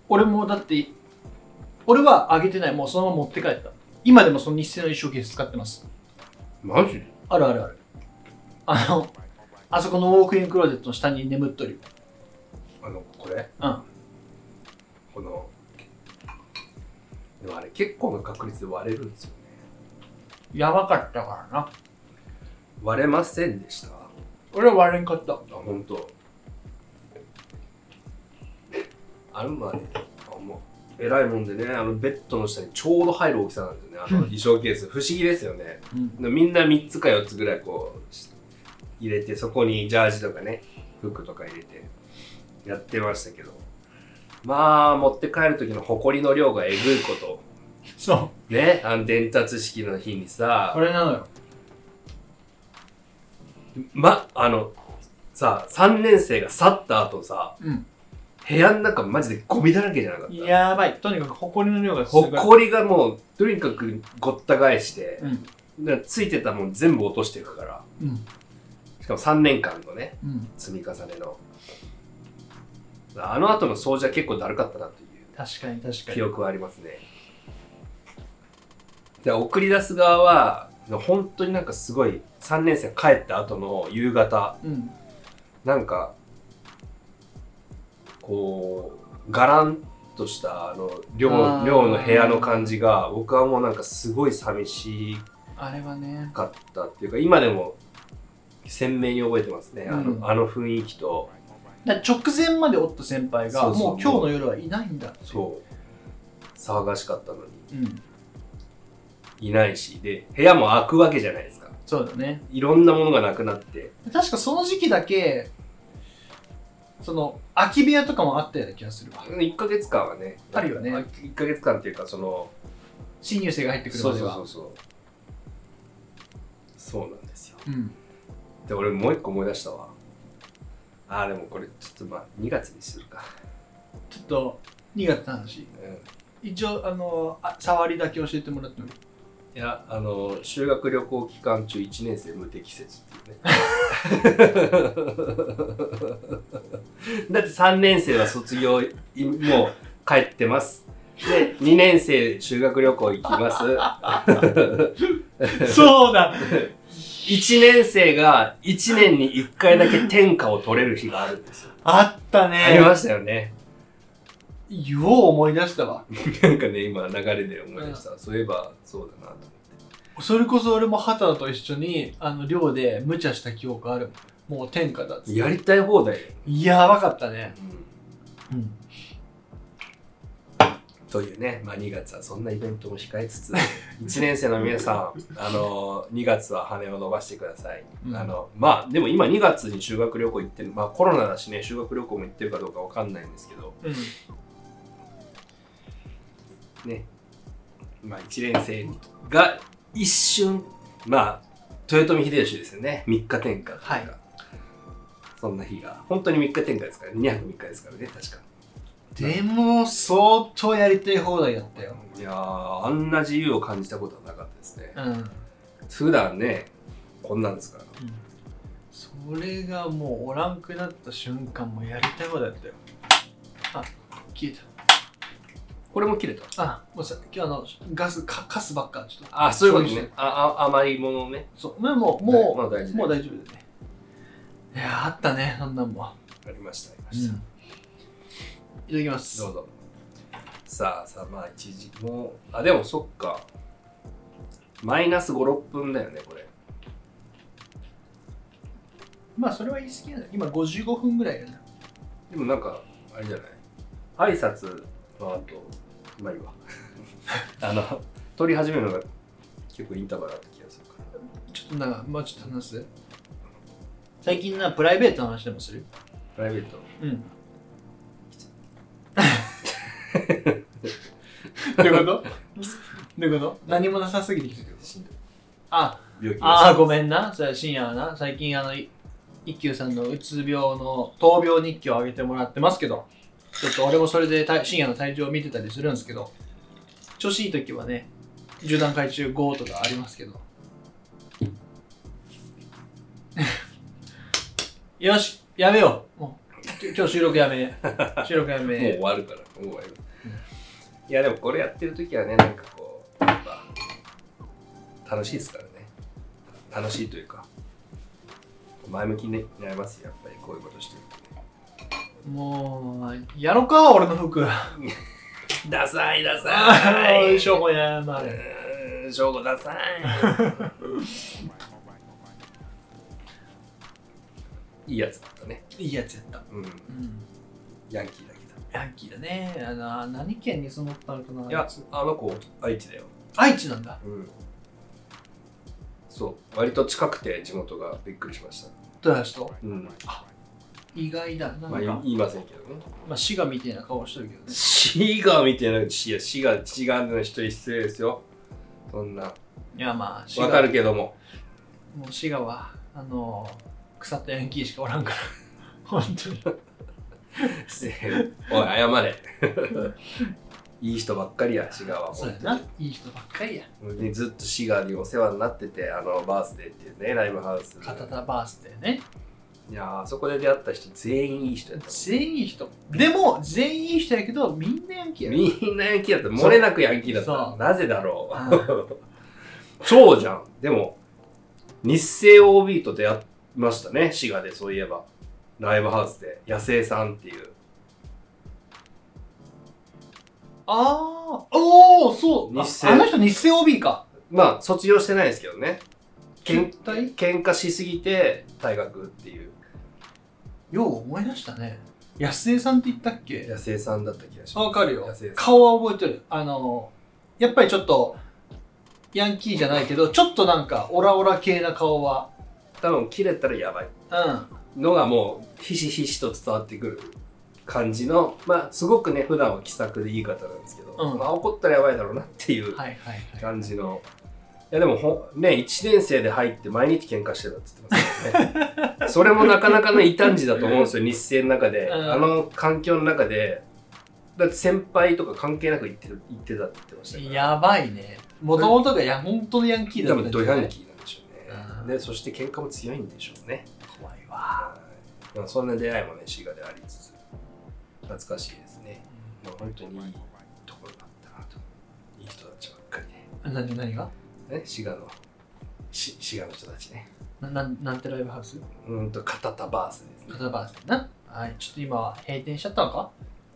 [SPEAKER 2] 俺もだって、俺はあげてない。もうそのまま持って帰った。今でもその日清の衣装ケース使ってます。
[SPEAKER 1] マジで
[SPEAKER 2] あるあるある。あの、あそこのウォークインクローゼットの下に眠っとるよ。
[SPEAKER 1] あの、これ
[SPEAKER 2] うん。
[SPEAKER 1] この、でもあれ結構な確率で割れるんですよね。
[SPEAKER 2] やばかったからな。
[SPEAKER 1] 割れませんでした。あ、
[SPEAKER 2] 俺は割れんかった。
[SPEAKER 1] ほんと。あれまで、あ、もう、偉いもんでね、あのベッドの下にちょうど入る大きさなんですよね。あの衣装ケース。不思議ですよね。
[SPEAKER 2] うん。
[SPEAKER 1] みんな3つか4つぐらいこうし入れてそこにジャージとかね服とか入れてやってましたけどまあ持って帰る時の埃の量がえぐいこと
[SPEAKER 2] そ
[SPEAKER 1] ねあの伝達式の日に
[SPEAKER 2] う。
[SPEAKER 1] さ
[SPEAKER 2] これなのよ。
[SPEAKER 1] まあのさ3年生が去った後さ
[SPEAKER 2] うん。
[SPEAKER 1] 部屋の中マジでゴミだらけじゃなかった
[SPEAKER 2] やばい。とにかく埃の量がすごい。
[SPEAKER 1] 埃がもうとにかくごった返して
[SPEAKER 2] うん。
[SPEAKER 1] だからついてたもん全部落としていくから
[SPEAKER 2] うん。
[SPEAKER 1] しかも3年間のね
[SPEAKER 2] うん。
[SPEAKER 1] 積み重ねのあの後の掃除は結構だるかったなという
[SPEAKER 2] 確かに確か
[SPEAKER 1] 記
[SPEAKER 2] に。
[SPEAKER 1] 憶はありますねで送り出す側は本当になんかすごい3年生帰った後の夕方
[SPEAKER 2] うん
[SPEAKER 1] なんかこうがらんとしたあの寮
[SPEAKER 2] あー
[SPEAKER 1] 寮の部屋の感じが僕はもうなんかすごい寂し
[SPEAKER 2] あれはね
[SPEAKER 1] かったっていうか今でも鮮明に覚えてますね、あ
[SPEAKER 2] うん
[SPEAKER 1] のあの雰囲気と
[SPEAKER 2] だから直前までおった先輩が
[SPEAKER 1] そうそう
[SPEAKER 2] もう今日の夜はいないんだって
[SPEAKER 1] そう騒がしかったのに
[SPEAKER 2] うん
[SPEAKER 1] いないしで部屋も開くわけじゃないですか
[SPEAKER 2] そうだね
[SPEAKER 1] いろんなものがなくなって
[SPEAKER 2] 確かその時期だけその空き部屋とかもあったような気がするわ
[SPEAKER 1] 1ヶ月間はね
[SPEAKER 2] あるよね
[SPEAKER 1] 1ヶ月間っていうかその
[SPEAKER 2] 新入生が入ってくるまでは
[SPEAKER 1] そうそうそうそうなんですよ
[SPEAKER 2] うん
[SPEAKER 1] で俺もう一個思い出したわあーでもこれちょっとまあ2月にするか、
[SPEAKER 2] ちょっと苦手な話
[SPEAKER 1] うん、い
[SPEAKER 2] 一応あのあ触りだけ教えてもらってもいい
[SPEAKER 1] やあの修学旅行期間中1年生無適切っていうね だって3年生は卒業いもう帰ってますで2年生修学旅行行きます
[SPEAKER 2] そうだ
[SPEAKER 1] 1年生が1年に1回だけ天下を取れる日があるんですよ。
[SPEAKER 2] あったね
[SPEAKER 1] ありましたよね。
[SPEAKER 2] よう思い出したわ
[SPEAKER 1] なんかね、今流れで思い出した。そういえばそうだなと。
[SPEAKER 2] それこそ俺も畑と一緒にあの寮で無茶した記憶あるもう天下だっつって
[SPEAKER 1] やりたい放題。
[SPEAKER 2] やばかったねうん
[SPEAKER 1] というね、まあ2月はそんなイベントも控えつ つ、1年生の皆さん、あの、2月は羽を伸ばしてください。
[SPEAKER 2] うん
[SPEAKER 1] あの、まあでも今2月に修学旅行行ってる、まあコロナだしね、修学旅行も行ってるかどうかわかんないんですけど、
[SPEAKER 2] うん
[SPEAKER 1] ね、まあ、1年生が一瞬、まあ、豊臣秀吉ですよね、三日天下とうか
[SPEAKER 2] はい
[SPEAKER 1] そんな日が、本当に三日天下ですから、2泊3日ですからね、確か。
[SPEAKER 2] でも相当やりたい放題やったよ
[SPEAKER 1] いやー、あんな自由を感じたことはなかったですね。
[SPEAKER 2] うん
[SPEAKER 1] 普段ね、こんなんですから。
[SPEAKER 2] それがもうおらんくなった瞬間もやりたい放題だったよあ消え
[SPEAKER 1] これも切れた。
[SPEAKER 2] たあもうさ今日あのガスかカスばっかちょっと
[SPEAKER 1] あ、そういうことね。あ、あ余り物をね。
[SPEAKER 2] そうもうもうもう
[SPEAKER 1] まあ大事ね
[SPEAKER 2] もう大丈夫だねいやあったねそんなんもん
[SPEAKER 1] ありました、ありま
[SPEAKER 2] い
[SPEAKER 1] した。
[SPEAKER 2] ただきます
[SPEAKER 1] どうぞ。さあさあ、まあ、一時、もう、あ、でもそっか。マイナス5、6分だよね、これ。
[SPEAKER 2] まあそれは言い過ぎない今55分ぐらいやな
[SPEAKER 1] でもなんか、あれじゃない挨拶の後、まあいいわ。 あの、撮り始めるのが結構インターバルだった気がするか
[SPEAKER 2] ちょっとなんかまあちょっと話す最近なプライベートの話でもする
[SPEAKER 1] ら。プライベート。
[SPEAKER 2] うん どういうことどういうこと何もなさすぎてきてる
[SPEAKER 1] しんどい
[SPEAKER 2] あ
[SPEAKER 1] 病気
[SPEAKER 2] ああご
[SPEAKER 1] ん。
[SPEAKER 2] めんなそれ深夜はな最近あのい一休さんのうつ病の闘病日記をあげてもらってますけどちょっと俺もそれで体深夜の体調を見てたりするんですけど調子いい時はね10段階中5とかありますけど よしやめようもうきょ今日収録や め収録や
[SPEAKER 1] もう
[SPEAKER 2] め
[SPEAKER 1] 終わるから、もう終わる。いや、でもこれやってる時はね、なんかこう、やっぱ、楽しいですからね。楽しいというか、前向きになりますよ、やっぱりこういうことしてるとね。
[SPEAKER 2] もうやろか俺の 服
[SPEAKER 1] ダサい、ダ
[SPEAKER 2] あ
[SPEAKER 1] サ
[SPEAKER 2] ー
[SPEAKER 1] い。
[SPEAKER 2] しょうもやまれ
[SPEAKER 1] うーん、正吾 ダサい。いいやつだったね。
[SPEAKER 2] いいやつやった
[SPEAKER 1] うん、
[SPEAKER 2] うん
[SPEAKER 1] ヤンキーだけ
[SPEAKER 2] ヤンキーだね。あの何県に住もったのかな
[SPEAKER 1] ど。いや、あの子、愛知だよ。
[SPEAKER 2] 愛知なんだ。
[SPEAKER 1] うん。そう、割と近くて地元がびっくりしました。
[SPEAKER 2] どうや人
[SPEAKER 1] うん。
[SPEAKER 2] 意外だ。なん
[SPEAKER 1] ま
[SPEAKER 2] か、
[SPEAKER 1] あ、
[SPEAKER 2] ま
[SPEAKER 1] 言
[SPEAKER 2] あ、
[SPEAKER 1] いませんけどね。
[SPEAKER 2] 滋賀みたいな顔してるけどね。
[SPEAKER 1] シガみたいな、いや、シガ、シガの人に失礼ですよ。そんな、
[SPEAKER 2] いや、まあ、滋賀
[SPEAKER 1] わかるけども。
[SPEAKER 2] もう滋賀は、あの腐ったヤンキーしかおらん から。本当に。
[SPEAKER 1] 失礼おい、謝れ。 いい人ばっかりや、シガは。
[SPEAKER 2] そうやな。いい人ばっかりや。
[SPEAKER 1] ねずっとシガーにお世話になってて、あの、バースデーっていうね、ライブハウス。
[SPEAKER 2] 片田バースデーね。
[SPEAKER 1] いやー、そこで出会った人全員いい人やったも
[SPEAKER 2] 全員いい人。でも、全員いい人やけど、みんなヤンキーや
[SPEAKER 1] ん。
[SPEAKER 2] ろ。
[SPEAKER 1] みんなヤンキーだった。漏れなくヤンキーだ
[SPEAKER 2] そ
[SPEAKER 1] っ
[SPEAKER 2] う
[SPEAKER 1] た。なぜだろ
[SPEAKER 2] あー
[SPEAKER 1] そうじゃん。でも、日清 OB と出会いましたね、滋賀で、そういえば。ライブハウスで、野生さんっていう。
[SPEAKER 2] ああ、おお、そう。あ
[SPEAKER 1] 日清
[SPEAKER 2] あの人日清 OB か。
[SPEAKER 1] まあ、卒業してないですけどね。けん
[SPEAKER 2] 絶対
[SPEAKER 1] 喧嘩しすぎて退学っていう。
[SPEAKER 2] よう思い出したね。安江さんって言ったっけ
[SPEAKER 1] 野生さんだった気がします。
[SPEAKER 2] わかるよ
[SPEAKER 1] 野生さん。
[SPEAKER 2] 顔は覚えてる。あの、やっぱりちょっと、ヤンキーじゃないけど、ちょっとなんか、オラオラ系な顔は。
[SPEAKER 1] 多分、切れたらやばい。
[SPEAKER 2] うん。
[SPEAKER 1] のがもう、ひしひしと伝わってくる感じの、まあ、すごくね、普段は気さくでいい方なんですけど、
[SPEAKER 2] うん
[SPEAKER 1] まあ、怒ったらやばいだろうなっていう
[SPEAKER 2] はいはいはい。
[SPEAKER 1] 感じの。いやでもほんね、1年生で入って毎日喧嘩してたって言ってますからね。それもなかなかの異端児だと思うんですよ、日生の中で。
[SPEAKER 2] うん
[SPEAKER 1] あの環境の中で。だって先輩とか関係なく言ってる言ってたって言ってましたから。
[SPEAKER 2] やばいね。もともとが、いや、本当のヤンキーだ
[SPEAKER 1] 多
[SPEAKER 2] った
[SPEAKER 1] 分ドヤンキーなんでしょ
[SPEAKER 2] う
[SPEAKER 1] うんね。で、そして喧嘩も強いんでしょうね。
[SPEAKER 2] ー。怖いわ。
[SPEAKER 1] はいまあそんな出会いもね、滋賀でありつつ、懐かしいですね。まあ、本当にいいところだったなと。いい人たちばっかりね。
[SPEAKER 2] な、な、何が
[SPEAKER 1] ね、滋賀の、し滋賀の人たちね。
[SPEAKER 2] な、なんなんてライブハウス
[SPEAKER 1] うーんと、片田バースですね。
[SPEAKER 2] 片バースだな。はい。ちょっと今は閉店しちゃったのか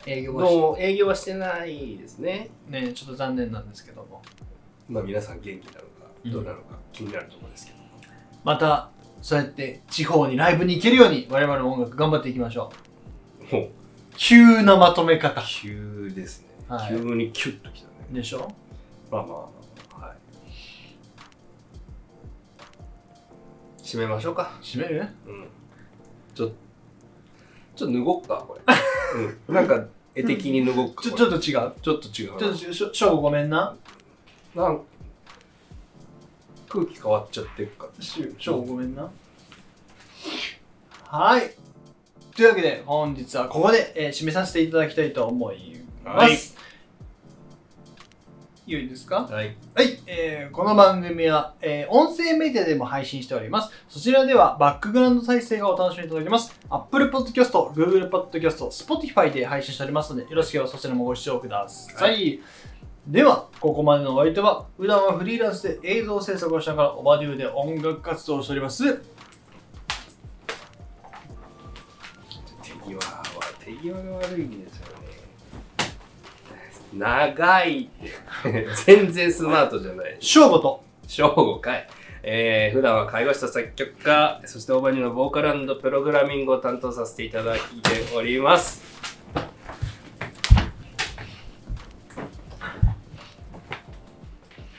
[SPEAKER 2] 営業はし
[SPEAKER 1] の営業はしてないですね。
[SPEAKER 2] ね、ちょっと残念なんですけども。
[SPEAKER 1] まあ皆さん元気なのか、
[SPEAKER 2] うん
[SPEAKER 1] どうなのか気になるところですけど。
[SPEAKER 2] また、そうやって地方にライブに行けるように、我々の音楽頑張っていきましょう。
[SPEAKER 1] もう、
[SPEAKER 2] 急なまとめ方
[SPEAKER 1] 急ですね。
[SPEAKER 2] はい
[SPEAKER 1] 急にキュッときたね。
[SPEAKER 2] でしょ
[SPEAKER 1] まあまあまあまあ、はい。締めましょうか。
[SPEAKER 2] 閉める
[SPEAKER 1] うん。ちょ、ちょっと脱ごっか、 これ。うん。なんか、絵的に脱ごっか。
[SPEAKER 2] ちょ
[SPEAKER 1] こ
[SPEAKER 2] ちょ
[SPEAKER 1] れ
[SPEAKER 2] っと違うちょ
[SPEAKER 1] ちょっと違うな。
[SPEAKER 2] っとしょしょうごめんな
[SPEAKER 1] なん空気変わっちゃってるから。
[SPEAKER 2] ししょうごめんなはいというわけで本日はここで、えー締めさせていただきたいと思います、良いですか
[SPEAKER 1] はい。
[SPEAKER 2] はい、えーこの番組は、えー音声メディアでも配信しております。そちらではバックグラウンド再生がお楽しみいただけます。Apple Podcast、Google Podcast、Spotify で配信しておりますので、よろしければそちらもご視聴ください。
[SPEAKER 1] は
[SPEAKER 2] では、ここまでのお相手は、普段はフリーランスで映像制作をしながら、オバデューで音楽活動をしております。
[SPEAKER 1] 手際は手際が悪いんですよね長いって全然スマートじゃない
[SPEAKER 2] 翔吾と、
[SPEAKER 1] 正午かいえー、普段は介護した作曲家そしてオーバニューのボーカルプログラミングを担当させていただいております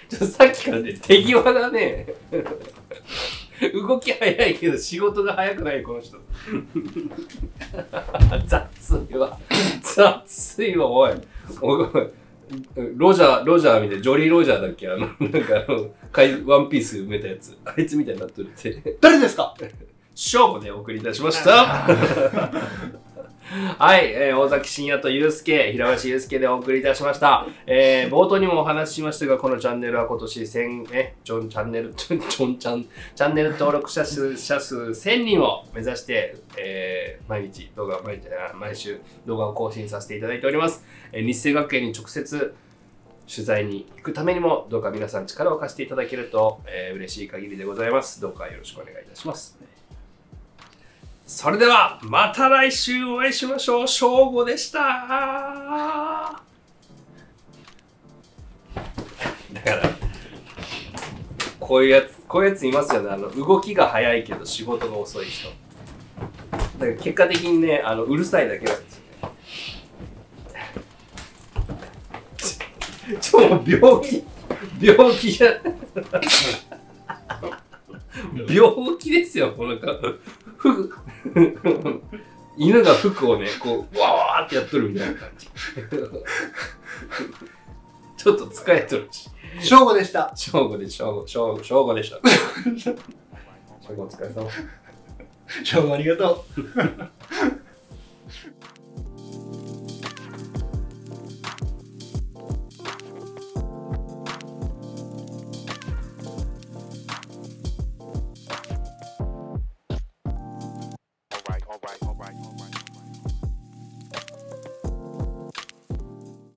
[SPEAKER 1] ちょっとさっきからね手際がね動き早いけど仕事が早くないこの人 雑いわ雑いわおいおいロジャーロジャーみたいジョリー・ロジャーだっけあのなんかあのかいワンピース埋めたやつあいつみたいになっとるって
[SPEAKER 2] 誰です か
[SPEAKER 1] 正午でお送りいたしました はい、えー大崎真也とゆうすけ、平林ゆうすけでお送りいたしました。えー冒頭にもお話ししましたが、このチャンネルは今年1000、え、ちょんチャンネル、 ちょんちょんちゃん、チャンネル登録者数、者数1000人を目指して、えー毎日動画、毎日、あ毎週動画を更新させていただいております。えー日生学園に直接取材に行くためにも、どうか皆さん力を貸していただけると、えー嬉しい限りでございます。どうかよろしくお願いいたします。それではまた来週お会いしましょう正午でしただからこういうやつこういうやついますよねあの動きが早いけど仕事が遅い人だから結果的にねあのうるさいだけなんですよねちょちょもう病気病気じゃ病気ですよ、このか、服、犬が服をね、こう、わーってやっとるみたいな感じ。ちょっと疲れとるし。
[SPEAKER 2] 翔吾でした。
[SPEAKER 1] 正午で、正午、正午、正午でした。正午お疲れ様。
[SPEAKER 2] 翔吾ありがとう。